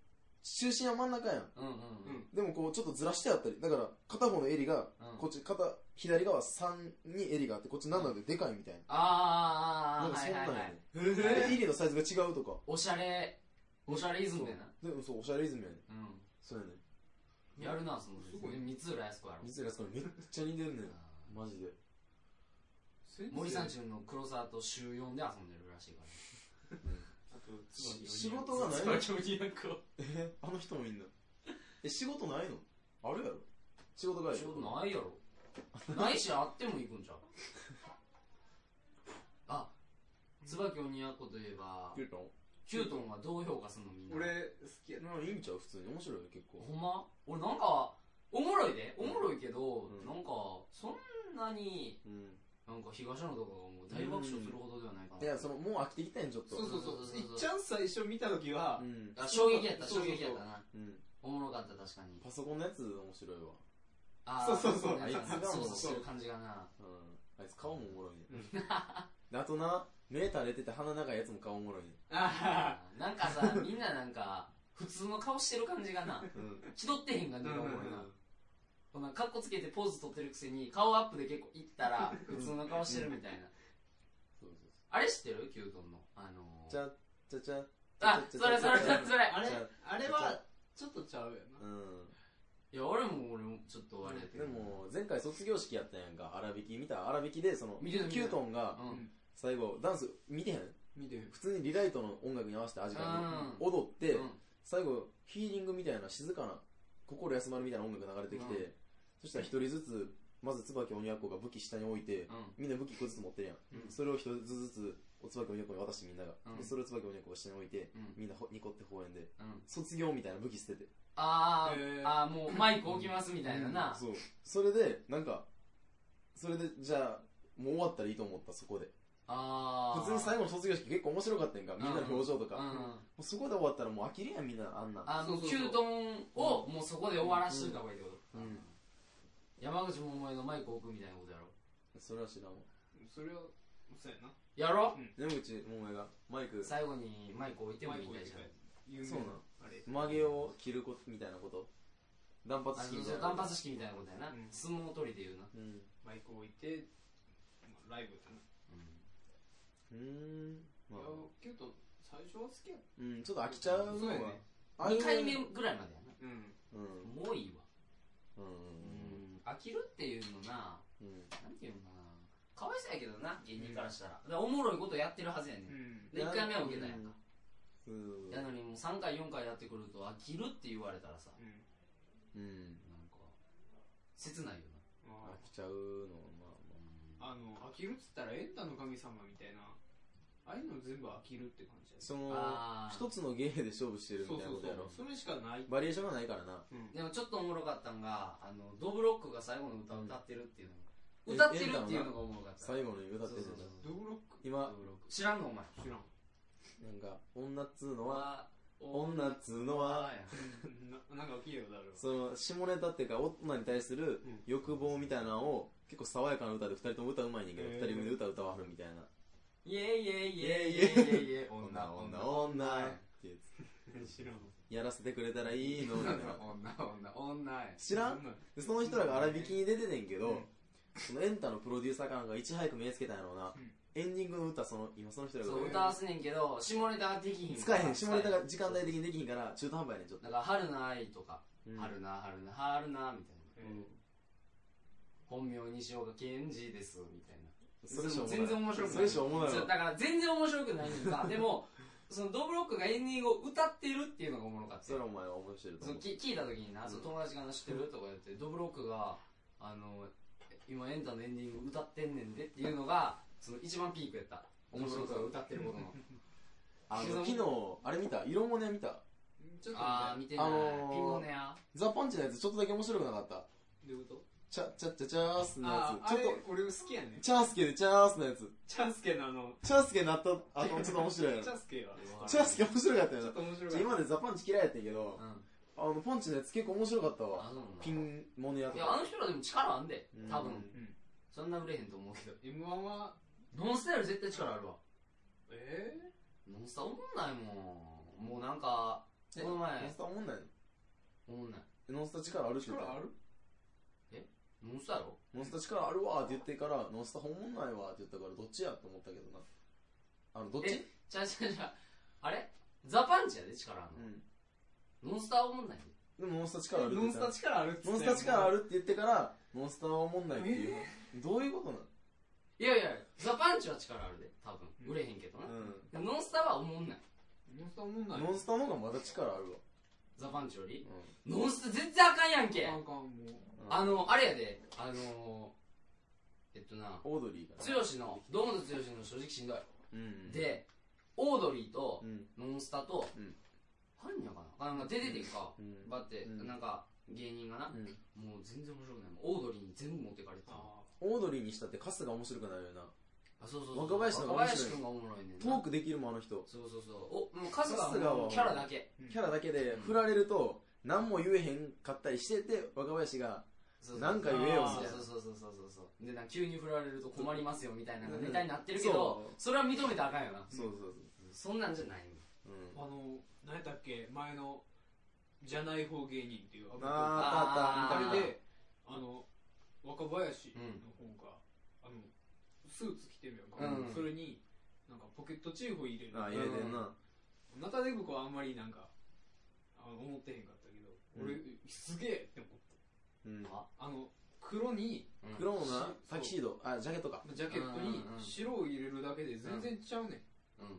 Speaker 3: 中心は真ん中やん。
Speaker 1: うんうんうんうん
Speaker 3: でもこう、ちょっとずらしてあったり、だから、片方の襟が、こっち、片、左側3に襟があって、こっち7ででかいみたいな。
Speaker 1: あーあーあー
Speaker 3: なんか
Speaker 1: は
Speaker 3: そ
Speaker 1: い
Speaker 3: ん
Speaker 1: は
Speaker 3: なん
Speaker 1: い
Speaker 3: や
Speaker 1: は
Speaker 3: ね
Speaker 1: い
Speaker 4: へ
Speaker 3: ん
Speaker 4: ー
Speaker 3: で。襟のサイズが違うとか。
Speaker 1: おしゃれおしゃれイズムやな
Speaker 3: でもそう、おしゃれイズムやねん。
Speaker 1: うん
Speaker 3: そうやねん。
Speaker 1: やるなその先
Speaker 4: すごい
Speaker 1: 生三浦靖子やろ
Speaker 3: 水浦さんめっちゃ似てるねん。
Speaker 1: あ
Speaker 3: マジで。
Speaker 1: ー森三中の黒沢と週4で遊んでるらしいから
Speaker 4: あと、
Speaker 3: し仕事がない
Speaker 4: つばき鬼奴
Speaker 3: えあの人もいんのえ、仕事ないのあるやろ仕事帰り
Speaker 1: 仕事ないやろないしあっても行くんじゃうあ椿鬼奴といえば
Speaker 3: キュート
Speaker 1: キュートンはどう評価するのみんな
Speaker 4: 俺、好きやな。
Speaker 3: ンいいんちゃう普通に面白いよ結構
Speaker 1: ほんま俺なんかおもろいでおもろいけど、
Speaker 3: うん
Speaker 1: なんかそんなに
Speaker 3: うん
Speaker 1: なんか東野とかがもう大爆笑するほどではないかな、
Speaker 3: いやそのもう飽きてきたやんちょっと
Speaker 4: そうそう
Speaker 1: そうそうう
Speaker 4: そ。いっ
Speaker 1: そう
Speaker 4: ちゃん最初見たときは
Speaker 3: う、ん、
Speaker 1: あ衝撃やった
Speaker 4: そう
Speaker 1: 衝
Speaker 4: そうそう
Speaker 1: 撃やったな
Speaker 3: うん、
Speaker 1: おもろかった確かに
Speaker 3: パソコンのやつ面白いわ
Speaker 1: あー
Speaker 4: そうそうそう
Speaker 1: あいつ
Speaker 3: あいつが
Speaker 1: そうそう
Speaker 3: も
Speaker 1: うしてる感じがな
Speaker 3: うんあいつ顔もおもろいね、
Speaker 4: うん
Speaker 3: であとな目垂れてて鼻長いやつも顔おもろいね
Speaker 4: あ
Speaker 1: あーなんかさみんななんか普通の顔してる感じがな
Speaker 3: うん
Speaker 1: 気取ってへん感
Speaker 4: あ。
Speaker 1: じがおもろいな、
Speaker 4: う
Speaker 1: こんなカッコつけてポーズ取ってるくせに顔アップで結構いったら普通の顔してるみたいな
Speaker 3: そうそう
Speaker 1: あれ知ってるキュートンのあの
Speaker 3: そうち
Speaker 1: ー、
Speaker 3: ゃちゃちゃ
Speaker 1: あそれそれそれそれ
Speaker 4: あれ
Speaker 3: ちゃ
Speaker 4: あれは、ちょっとちゃうよな。
Speaker 3: うん
Speaker 1: いや俺も俺もちょっとあれやけ
Speaker 3: で
Speaker 1: ど
Speaker 3: も前回卒業式やったやんか荒引き見た荒引きでその
Speaker 1: 見てた見て
Speaker 3: キ
Speaker 1: た
Speaker 3: ュートンが
Speaker 1: うん
Speaker 3: 最後ダンス見てへん
Speaker 4: 見てる。
Speaker 3: 普通にリライトの音楽に合わせて味が
Speaker 1: うん
Speaker 3: 踊って、
Speaker 1: うん
Speaker 3: 最後ヒーリングみたいな静かな心休まるみたいな音楽流れてきて、
Speaker 1: うん
Speaker 3: そしたら一人ずつまず椿鬼奴が武器下に置いて、みんな武器一個ずつ持ってるやん、
Speaker 1: うん
Speaker 3: それを一つずつお椿鬼奴に渡してみんなが、
Speaker 1: うん
Speaker 3: でそれを椿鬼奴が下に置いて、
Speaker 1: うん
Speaker 3: みんなほニコって放円で
Speaker 1: うんうん
Speaker 3: 卒業みたいな武器捨てて
Speaker 1: あー、
Speaker 4: へー
Speaker 1: あーもうマイク置きますみたいなな、
Speaker 3: そうそれでなんかそれでじゃあもう終わったらいいと思ったそこで
Speaker 1: あー
Speaker 3: 普通に最後の卒業式結構面白かったやんかみんなの表情とか、
Speaker 1: うん
Speaker 3: もうそこで終わったらもう飽きるやんみんなあんなん
Speaker 1: あ
Speaker 4: そう
Speaker 1: の
Speaker 4: そうそう
Speaker 1: キュートンをもうそこで終わらしといた方がいいってこと、
Speaker 3: うん
Speaker 1: 山口百恵のマイク置くみたいなことやろ
Speaker 3: それは知らんわ
Speaker 4: それは、そうやな。
Speaker 1: やろ、
Speaker 3: 山口百恵がマイク
Speaker 1: 最後にマイク置いてもいいみたいじゃん
Speaker 4: 有名
Speaker 3: そうなの
Speaker 4: あれ。
Speaker 3: 曲げを切ることみたいなこと断髪
Speaker 1: あ
Speaker 3: 式
Speaker 1: そうそ
Speaker 3: みたいうな
Speaker 1: 断髪式みたいなことやな、
Speaker 4: うん
Speaker 1: 相撲取りで言うな
Speaker 3: うん
Speaker 4: マイク置いて、まあライブだな。
Speaker 3: うーんまあ
Speaker 4: いやキュートン、最初は好きやっ
Speaker 3: う
Speaker 4: た。
Speaker 3: んちょっと飽きちゃうの
Speaker 4: そう
Speaker 3: は
Speaker 4: やね
Speaker 3: あれ
Speaker 1: 2回目ぐらいまでやな
Speaker 4: うん。
Speaker 3: うん
Speaker 1: もういいわ
Speaker 3: う
Speaker 1: うん
Speaker 3: ん
Speaker 1: 飽きるっていうのな
Speaker 3: うん
Speaker 1: なんていうのかなかわいそうやけどな芸人からしたら,、だからおもろいことやってるはずやねん、
Speaker 4: うん。
Speaker 1: で1回目は受けたやんか、
Speaker 3: うん
Speaker 1: やのにもう3回4回やってくると飽きるって言われたらさ
Speaker 4: うん。
Speaker 3: うん
Speaker 1: なんか切ないよ
Speaker 3: 飽
Speaker 4: あ
Speaker 3: きちゃうのはま
Speaker 1: な
Speaker 3: あま
Speaker 4: あの飽きるっつったらエンタの神様みたいなああいうの全部飽きるって感じや
Speaker 3: あその
Speaker 1: あー
Speaker 3: 一つの芸で勝負してるみ
Speaker 4: そう
Speaker 3: たいな
Speaker 4: そ
Speaker 3: ことやろ
Speaker 4: うそうそれしかない、
Speaker 3: バリエーションがないからな
Speaker 4: うん
Speaker 1: でもちょっとおもろかったんがあのドブロックが最後の歌を歌ってるっていうの
Speaker 3: うん
Speaker 1: が、歌ってるっていうのがおもろかった
Speaker 3: 最後の歌って
Speaker 1: そう
Speaker 3: る
Speaker 1: そうそ
Speaker 3: の
Speaker 1: う
Speaker 4: ドブロック
Speaker 3: 今
Speaker 1: ドブロック知らんのお前
Speaker 4: 知らん
Speaker 3: なんか女っつうのは
Speaker 1: は
Speaker 3: 女っつうのは
Speaker 1: や
Speaker 4: ななんか聞いたことあるわ
Speaker 3: その下ネタっていうか女に対する
Speaker 4: うん
Speaker 3: 欲望みたいなのを結構爽やかな歌で2人とも歌うまいねんけど
Speaker 4: へー
Speaker 3: 2人組で歌歌わはるみたいな
Speaker 1: イエイイエイイエイイエイイエイ
Speaker 3: 「女女
Speaker 1: 女
Speaker 3: 女」ってや
Speaker 4: 知らん
Speaker 3: つやらせてくれたらいいのみ たいな
Speaker 1: 女女女や
Speaker 3: 知らん
Speaker 4: な
Speaker 3: でその人らが荒引きに出ててんけど、
Speaker 4: うん
Speaker 3: そのエンタのプロデューサー感がいち早く目つけたんやろうな、
Speaker 4: うん
Speaker 3: エンディングの歌その今その人らが
Speaker 1: そう歌わすねんけど下ネタはできひん
Speaker 3: 使えへん下ネタが
Speaker 1: だ
Speaker 3: 時間帯的にできひんから中途半端やねんちょっと、
Speaker 1: から春の愛とか
Speaker 3: うん
Speaker 1: 春な春な春なみたいな
Speaker 4: えー
Speaker 1: 本名西岡健二ですみたいな
Speaker 3: それしょうもない
Speaker 1: 全然面白くない
Speaker 3: それしょうもない
Speaker 1: そう
Speaker 3: わ
Speaker 1: だから全然面白くない んだでもそのドブロックがエンディングを歌ってるっていうのがおもろかった
Speaker 3: それはお前は面白いと
Speaker 1: そ
Speaker 3: 思
Speaker 1: の
Speaker 3: う
Speaker 1: き聞いた時にな、その友達がな知ってるとか言ってドブロックがあの今エンタのエンディング歌ってんねんでっていうのがその一番ピークやった面白く歌ってることの
Speaker 3: あの昨日あれ見た色もね見た
Speaker 4: ちょっとみ
Speaker 1: あ
Speaker 4: た
Speaker 1: あ
Speaker 4: い
Speaker 1: 見てない、
Speaker 3: あのー
Speaker 1: ピンゴネア
Speaker 3: ザ・パンチのやつちょっとだけ面白くなかった
Speaker 4: どういうこと
Speaker 3: チャチャチャチャースの
Speaker 4: あ
Speaker 3: やつ
Speaker 4: あ
Speaker 3: ちょ
Speaker 4: れ
Speaker 3: っと
Speaker 4: 俺好きやね
Speaker 3: チャースケでチャースのやつ
Speaker 4: チャンスケのあの
Speaker 3: チャースケなったあとちょっと面白いやろ
Speaker 4: チャンスケは
Speaker 3: チャースケ面白かったよ
Speaker 4: ちょ
Speaker 3: な
Speaker 4: っと面白
Speaker 3: ち
Speaker 4: か
Speaker 3: ょ
Speaker 4: っ
Speaker 3: 今までザ・パンチ嫌いやったんやけど、
Speaker 1: うん
Speaker 3: あのパンチのやつ結構面白かったわ
Speaker 1: あそう
Speaker 3: ピンモネや
Speaker 1: な
Speaker 3: と
Speaker 1: んだい
Speaker 3: か
Speaker 1: やあの人らでも力あんで
Speaker 3: うん
Speaker 1: 多分、
Speaker 3: うん
Speaker 1: そんな売れへんと思うけど
Speaker 4: た M1 は
Speaker 1: ノンスタイル絶対力あるわ
Speaker 4: え
Speaker 1: ノンスタ思んないもんもうなんかこの前
Speaker 3: ノンスタおもんないの
Speaker 1: 思んない
Speaker 3: えノンスタ力あるっ
Speaker 4: ー、
Speaker 3: て言った
Speaker 4: 力ある
Speaker 1: ノンスタやろ
Speaker 3: ノンスタ力あるわーって言ってからノンスタ本んないわーって言ったからどっちやと思ったけどなあのどっち
Speaker 1: えちゃうちゃうちゃうあれザ・パンチやで力ある
Speaker 3: う
Speaker 1: の、ノンスター思んないで
Speaker 3: んでもノンスタ力あるって
Speaker 4: ノ
Speaker 3: 言った
Speaker 4: ンスタ力あるっつって
Speaker 3: ノンスタ力あるって言ってからノンスタはおもんないっていう、どういうこと
Speaker 1: いやいやザ・パンチは力あるで多分
Speaker 4: うん
Speaker 1: 売れへんけどな
Speaker 3: な、の、
Speaker 1: でもノンスターは思んない
Speaker 4: ノンスタおもんない
Speaker 3: ノンスタの方がまだ力あるわ、
Speaker 1: ザ・パンチより
Speaker 3: うん
Speaker 1: ノンスタ全然あかんやんけ
Speaker 4: あかんもう
Speaker 1: あのあれやであのー、えっとな
Speaker 3: オードリーが
Speaker 1: 剛の堂本剛の正直しんどい、
Speaker 3: うん
Speaker 1: でオードリーと
Speaker 3: うん
Speaker 1: ノンスタと、
Speaker 3: うん
Speaker 1: ハンニャかなあなんか出ててんか、
Speaker 3: うん
Speaker 1: バッて、
Speaker 3: うん
Speaker 1: なんか芸人がな、
Speaker 3: うん
Speaker 1: もう全然面白くないもうオードリーに全部持ってかれてたあ
Speaker 4: あ
Speaker 3: オードリーにしたって春日面白くないよな
Speaker 1: そうそうそう
Speaker 3: 若林の方が
Speaker 1: 若
Speaker 3: 面白
Speaker 1: 林
Speaker 3: い
Speaker 1: 君がおもろいねんな
Speaker 3: トークできるもんあの人
Speaker 1: そうそうそうおもう春日
Speaker 3: 春日は
Speaker 1: はもうキャラだけ
Speaker 4: ー
Speaker 3: キャラだけで
Speaker 1: うん
Speaker 3: 振られると何も言えへんかったりしてて若林が
Speaker 1: そうそう
Speaker 3: なんか言えよ
Speaker 1: あー
Speaker 3: みたい
Speaker 1: そう
Speaker 3: な
Speaker 1: そうそうそうそうそうでなんか急に振られると困りますよみたいなのがネタになってるけ
Speaker 3: そ
Speaker 1: ど
Speaker 3: う
Speaker 1: それは認めたらあかんよな
Speaker 3: そうそう
Speaker 1: そんなんじゃない
Speaker 3: そう、うん、
Speaker 4: あの何やったっけ前のじゃない方芸人っていう
Speaker 3: な
Speaker 4: あ
Speaker 3: あ
Speaker 1: あー
Speaker 3: あったあった見た
Speaker 4: れ
Speaker 3: 見た
Speaker 4: であの若林の方が、あのスーツ着てるやんか、
Speaker 1: うん
Speaker 4: それになんかポケットチーフを入れる
Speaker 3: ああ入れてんな
Speaker 4: ナタデブコはあんまりなんかあの思ってへんかったけ
Speaker 3: う
Speaker 4: ど、俺すげえって思って
Speaker 3: うん
Speaker 1: あ
Speaker 4: あの黒に
Speaker 1: うん
Speaker 3: 黒のな
Speaker 4: し
Speaker 3: タキシードあジャケットか
Speaker 4: ジャケットに
Speaker 1: うんうん
Speaker 4: 白を入れるだけで全然ちゃうねん、
Speaker 1: うん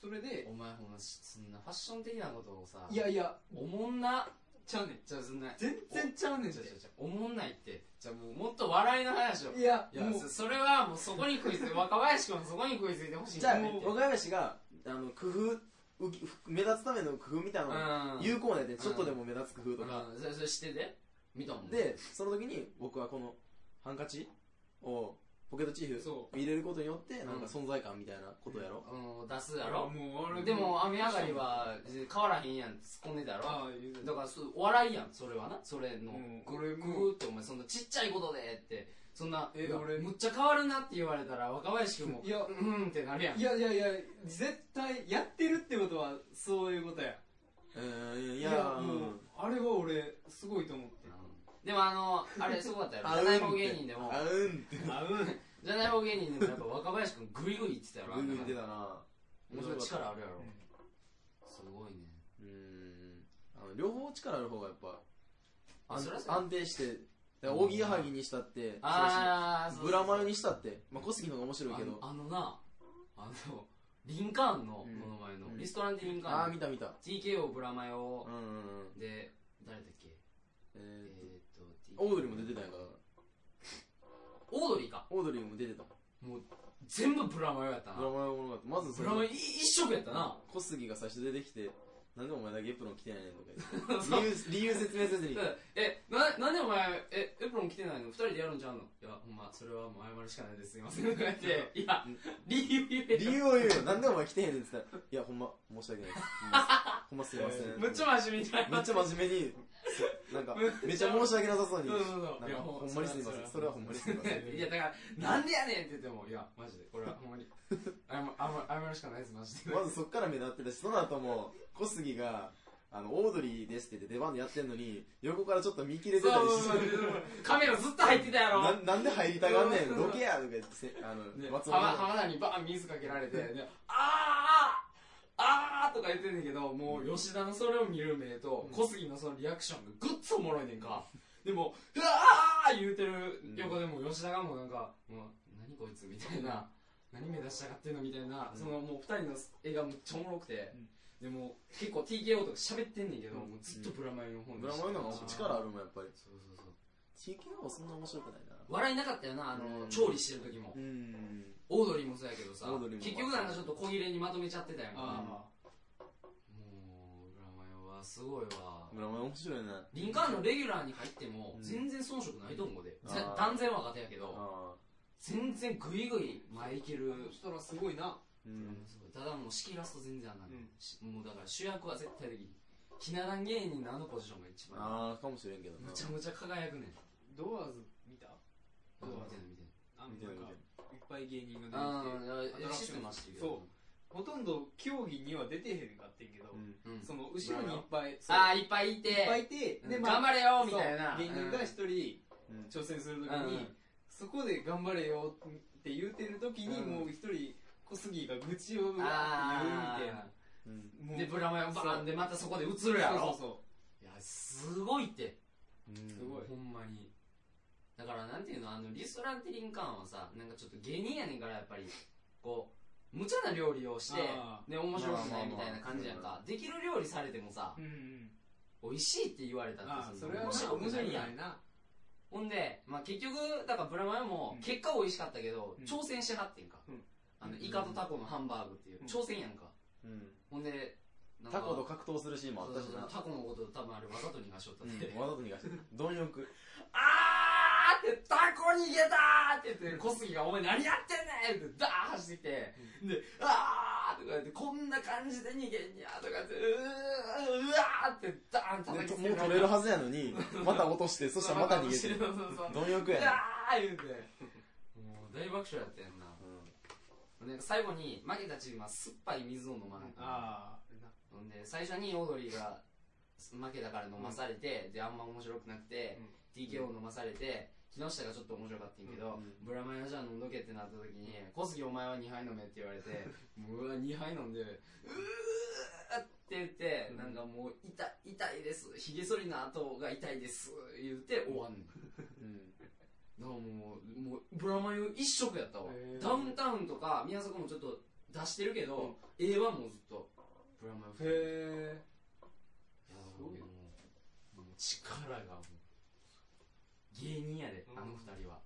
Speaker 4: それで
Speaker 1: お前ほんまそんなファッション的なことをさ
Speaker 4: いやいや
Speaker 1: おもんな
Speaker 4: ちゃうねん
Speaker 1: じゃあそんな
Speaker 4: 全然ちゃうねんっ
Speaker 1: じゃあじゃ
Speaker 4: て
Speaker 1: あじゃあおもんないってじゃあもうもっと笑いの話を
Speaker 4: いや
Speaker 1: いや
Speaker 4: もう
Speaker 1: そそれはもうそこに食いついて若林君はそこに食いついてほしい
Speaker 3: じゃあ
Speaker 1: もう
Speaker 3: 若林があの工夫うき目立つための工夫みたいなの
Speaker 1: うん
Speaker 3: 有効なやつでちょっとでも目立つ工夫とか
Speaker 1: うんそれそれしてて見たもん
Speaker 3: でその時に僕はこのハンカチをポケットチーフ
Speaker 4: そう
Speaker 3: 入れることによってなんか存在感みたいなことやろ
Speaker 1: うん出すや
Speaker 4: あ
Speaker 1: ろ
Speaker 4: もうあれ
Speaker 1: でも雨上がりは変わらへんやん突っ込んでたやろ
Speaker 4: ああ言うて
Speaker 1: だからそうお笑いやんそれはなそれの
Speaker 4: うん
Speaker 1: こ
Speaker 4: 俺
Speaker 1: れ
Speaker 4: も
Speaker 1: グーってお前そんなちっちゃいことでってそんな
Speaker 4: え
Speaker 1: うわ
Speaker 4: 俺
Speaker 1: むっちゃ変わるなって言われたら若林君も
Speaker 4: いや
Speaker 1: うんってなるやん
Speaker 4: いやいやいや絶対やってるってことはそういうことや
Speaker 3: えーい
Speaker 4: い
Speaker 3: や
Speaker 4: もう
Speaker 3: うん
Speaker 4: あれは俺すごいと思っ
Speaker 1: う
Speaker 4: て
Speaker 1: んでもあのあれすごかったやろ
Speaker 3: あ
Speaker 1: じ
Speaker 3: う
Speaker 1: ゃ
Speaker 3: ん
Speaker 1: ない方芸人でも
Speaker 3: あうんって
Speaker 4: あうん
Speaker 1: じゃない方芸人でもやっぱ若林君グイグイ言ってたやろあ
Speaker 3: グ
Speaker 1: ん
Speaker 3: イ
Speaker 1: な
Speaker 3: グ
Speaker 1: の
Speaker 3: イ出たな
Speaker 1: 面白い力あるやろ
Speaker 4: うん
Speaker 1: すごいね
Speaker 3: うんあの両方力ある方がやっぱ
Speaker 1: あそりゃそうや
Speaker 3: 安定してだから大喜利はぎにしたって
Speaker 1: あーそうそうそう
Speaker 3: ブラマヨにしたって、まあ、小杉の方が面白いけど
Speaker 1: あのあのなあのリンカーンのこ
Speaker 3: うん
Speaker 1: の前の、
Speaker 3: うん
Speaker 1: リストランティリンカ
Speaker 3: ああ
Speaker 1: ー
Speaker 3: ー
Speaker 1: ン
Speaker 3: 見た見た
Speaker 1: TKO ブラマヨ
Speaker 3: うんうんうん
Speaker 1: で誰だっけ
Speaker 3: え
Speaker 1: え
Speaker 3: ー
Speaker 1: ー
Speaker 3: っ
Speaker 1: っと
Speaker 3: とオードリーも出てたんやから
Speaker 1: オードリーか
Speaker 3: オードリーも出てた
Speaker 1: 全部ブラマヨやった
Speaker 3: ドラ
Speaker 1: な
Speaker 3: マのものがあってまずそ
Speaker 1: ブラマ
Speaker 3: の
Speaker 1: ヨい一色やったな
Speaker 3: 小杉が最初出てきてなんでお前だけエプロン着てないねんと か言って理由理由説明せずに
Speaker 1: えななんでお前えエプロン着てないの二人でやるんちゃうのいやほんまそれはもう謝るしかないですすいませんとか言っていや理由言えよ
Speaker 3: 理由を言うよなんでお前来てへんねんって言ったらいやほんま申し訳ないですほんまほんますいません
Speaker 1: むっちゃ真面目に謝る
Speaker 3: めっちゃ真面目にそうなんかめっちゃ申し訳なさそうに
Speaker 1: そうそうそう
Speaker 3: なん
Speaker 1: いや
Speaker 3: か
Speaker 1: ほん
Speaker 3: ほんまにすいません
Speaker 1: そ
Speaker 3: そ
Speaker 1: れは
Speaker 3: れはほんまにすいません
Speaker 1: いやだからなんでやねんって言ってもいやマジでこれはほん まに謝謝謝るしかないですマジで
Speaker 3: まずそっから目立ってたしその後も小杉があのオードリーですって言って出番でやってんのに横からちょっと見切れてたりして
Speaker 1: カメラずっと入ってたやろ
Speaker 3: ななんで入りたがんねん
Speaker 1: うん
Speaker 3: どけやとか言ってせあの、
Speaker 1: で
Speaker 3: 松
Speaker 1: 浜
Speaker 3: 本
Speaker 1: 浜田にバーン水かけられてで「あーあーあー」とか言ってんねんけどもう吉田のそれを見る目と小杉のそのリアクションがグッとおもろいねんかでも「うわー!」言うてる横でもう吉田がもうなんか「もう何こいつ」みたいな「何目指したがってんの?」みたいな
Speaker 3: うん
Speaker 1: そのもう二人の映画めっちゃおもろくて
Speaker 4: うん
Speaker 1: でもう結構 TKO とか喋ってんねんけどもうずっとブラマヨの方
Speaker 3: ブラマヨの方が力あるもんやっぱり
Speaker 1: そうそうそう
Speaker 3: TKO そんな面白くないな
Speaker 1: 笑いなかったよなあの
Speaker 3: うん
Speaker 1: 調理してる時も
Speaker 3: うん
Speaker 1: オードリーもそうやけどさ
Speaker 3: オードリーも
Speaker 1: 結局なんかちょっと小切れにまとめちゃってたやんかも
Speaker 4: あ
Speaker 1: うブラマヨはすごいわ
Speaker 3: ブラマヨ面白いね
Speaker 1: リンカーンのレギュラーに入っても
Speaker 3: うん
Speaker 1: 全然遜色ないと思うで、
Speaker 3: あー
Speaker 1: ぜ断然若手やけど
Speaker 3: ああ
Speaker 1: 全然グイグイ前いける、
Speaker 4: あそしたらすごいな
Speaker 3: う
Speaker 1: ブラマ
Speaker 3: ん
Speaker 1: ヨすごいただもう仕切らすと全然あんなの
Speaker 4: うん
Speaker 1: しもうだから主役は絶対できるひな壇芸人のあのポジションが一番
Speaker 3: ああかもしれんけどな
Speaker 1: むちゃむちゃ輝くねん
Speaker 4: ドアーズ見た
Speaker 1: あ
Speaker 4: うん
Speaker 1: 見てる見てる
Speaker 4: あの
Speaker 3: 見て
Speaker 4: な
Speaker 3: る
Speaker 4: ん
Speaker 3: 見てる
Speaker 4: かいっぱい芸人が
Speaker 1: あ
Speaker 4: 出てきて
Speaker 1: あシステムは知ってるけど
Speaker 4: そほとんど競技には出てへんかってんけど、
Speaker 3: うん
Speaker 1: うん
Speaker 4: その後ろにいっぱいそう
Speaker 1: ああいっぱいいて
Speaker 4: いっぱいいて、
Speaker 1: うん
Speaker 4: で
Speaker 1: 頑張れよみたいな
Speaker 4: そう芸人が一人
Speaker 3: うん
Speaker 4: 挑戦するときに、
Speaker 1: うん
Speaker 4: そこで頑張れよって言うてるときに、
Speaker 1: うん
Speaker 4: もう一人小杉が愚痴をうわ
Speaker 1: ああ
Speaker 4: って言う
Speaker 3: うん
Speaker 4: みたいなもう
Speaker 1: でブラマヨバーンでまたそこで映るやろ
Speaker 4: そうそう
Speaker 1: いやすごいって
Speaker 3: うん
Speaker 4: すごい
Speaker 1: ほんまにだからなんていうのあのリストランテリンカーンはさなんかちょっと芸人やねんからやっぱりこう無茶な料理をして
Speaker 4: あ
Speaker 1: ね面白く
Speaker 3: ま
Speaker 1: な
Speaker 3: あまあ
Speaker 1: い
Speaker 3: ま
Speaker 1: み
Speaker 3: あ
Speaker 1: たいな感じやんか
Speaker 3: う
Speaker 1: できる料理されてもさ
Speaker 4: そううんうん
Speaker 1: 美味しいって言われたって
Speaker 4: ああそれは
Speaker 1: 面
Speaker 4: まあ
Speaker 1: 白
Speaker 4: 面
Speaker 1: くな
Speaker 4: 白
Speaker 1: い
Speaker 4: い
Speaker 1: や
Speaker 4: や
Speaker 1: ん
Speaker 4: んな
Speaker 1: ほんでまあ結局だからブラマヨも
Speaker 4: うん
Speaker 1: 結果美味しかったけど
Speaker 4: うん
Speaker 1: 挑戦しはってんか
Speaker 4: うん
Speaker 1: あのイカとタコのハンバーグっていう
Speaker 4: うん
Speaker 1: 挑戦やんか
Speaker 3: うん
Speaker 1: ほんでなんか
Speaker 3: タコと格闘するシーンもあ
Speaker 1: そ
Speaker 3: っ
Speaker 1: う
Speaker 3: た
Speaker 1: そう
Speaker 3: し
Speaker 1: そう
Speaker 3: な
Speaker 1: タコのこと多分あれわざと逃がしとったって
Speaker 3: うんわざと逃がしてる貪欲
Speaker 1: あーって、タコ逃げたーって言って、小杉がお前何やってんねんって、ダーッ走ってきて、で、あーとか言って、こんな感じで逃げんやーとか言って、うーうわーって、ダーン
Speaker 3: でも
Speaker 1: 叩きつけ
Speaker 3: う取れるはずやのにまた落としてそしたらまた逃げて
Speaker 1: そう
Speaker 3: る
Speaker 1: そうそう。
Speaker 3: 貪欲や
Speaker 1: うわ
Speaker 3: な
Speaker 1: ー言うて、 もう大爆笑やったやんな。なんか最後に、負けたチームは酸っぱい水を飲まないと。
Speaker 4: あ
Speaker 1: ほんで最初にオードリーが負けたから飲まされて、であんま面白くなくて、TKO 飲まされて木下がちょっと面白かったんやけど、
Speaker 3: うん
Speaker 1: ブラマヨじゃあ飲んどけってなった時に「小杉お前は2杯飲め」って言われてもううわ2杯飲んで「うーって言って、
Speaker 3: うん
Speaker 1: なんかもう痛い痛いですひげ剃りの跡が痛いです言って終わんねんだか
Speaker 3: うん
Speaker 1: らもうもうブラマヨ一色やったわ、
Speaker 4: へー
Speaker 1: ダウンタウンとか宮迫もちょっと出してるけど、A はもうずっとブラマヨ
Speaker 4: あへえ
Speaker 1: いやもうもう力がもう芸人やで、
Speaker 4: うん
Speaker 1: あの二人は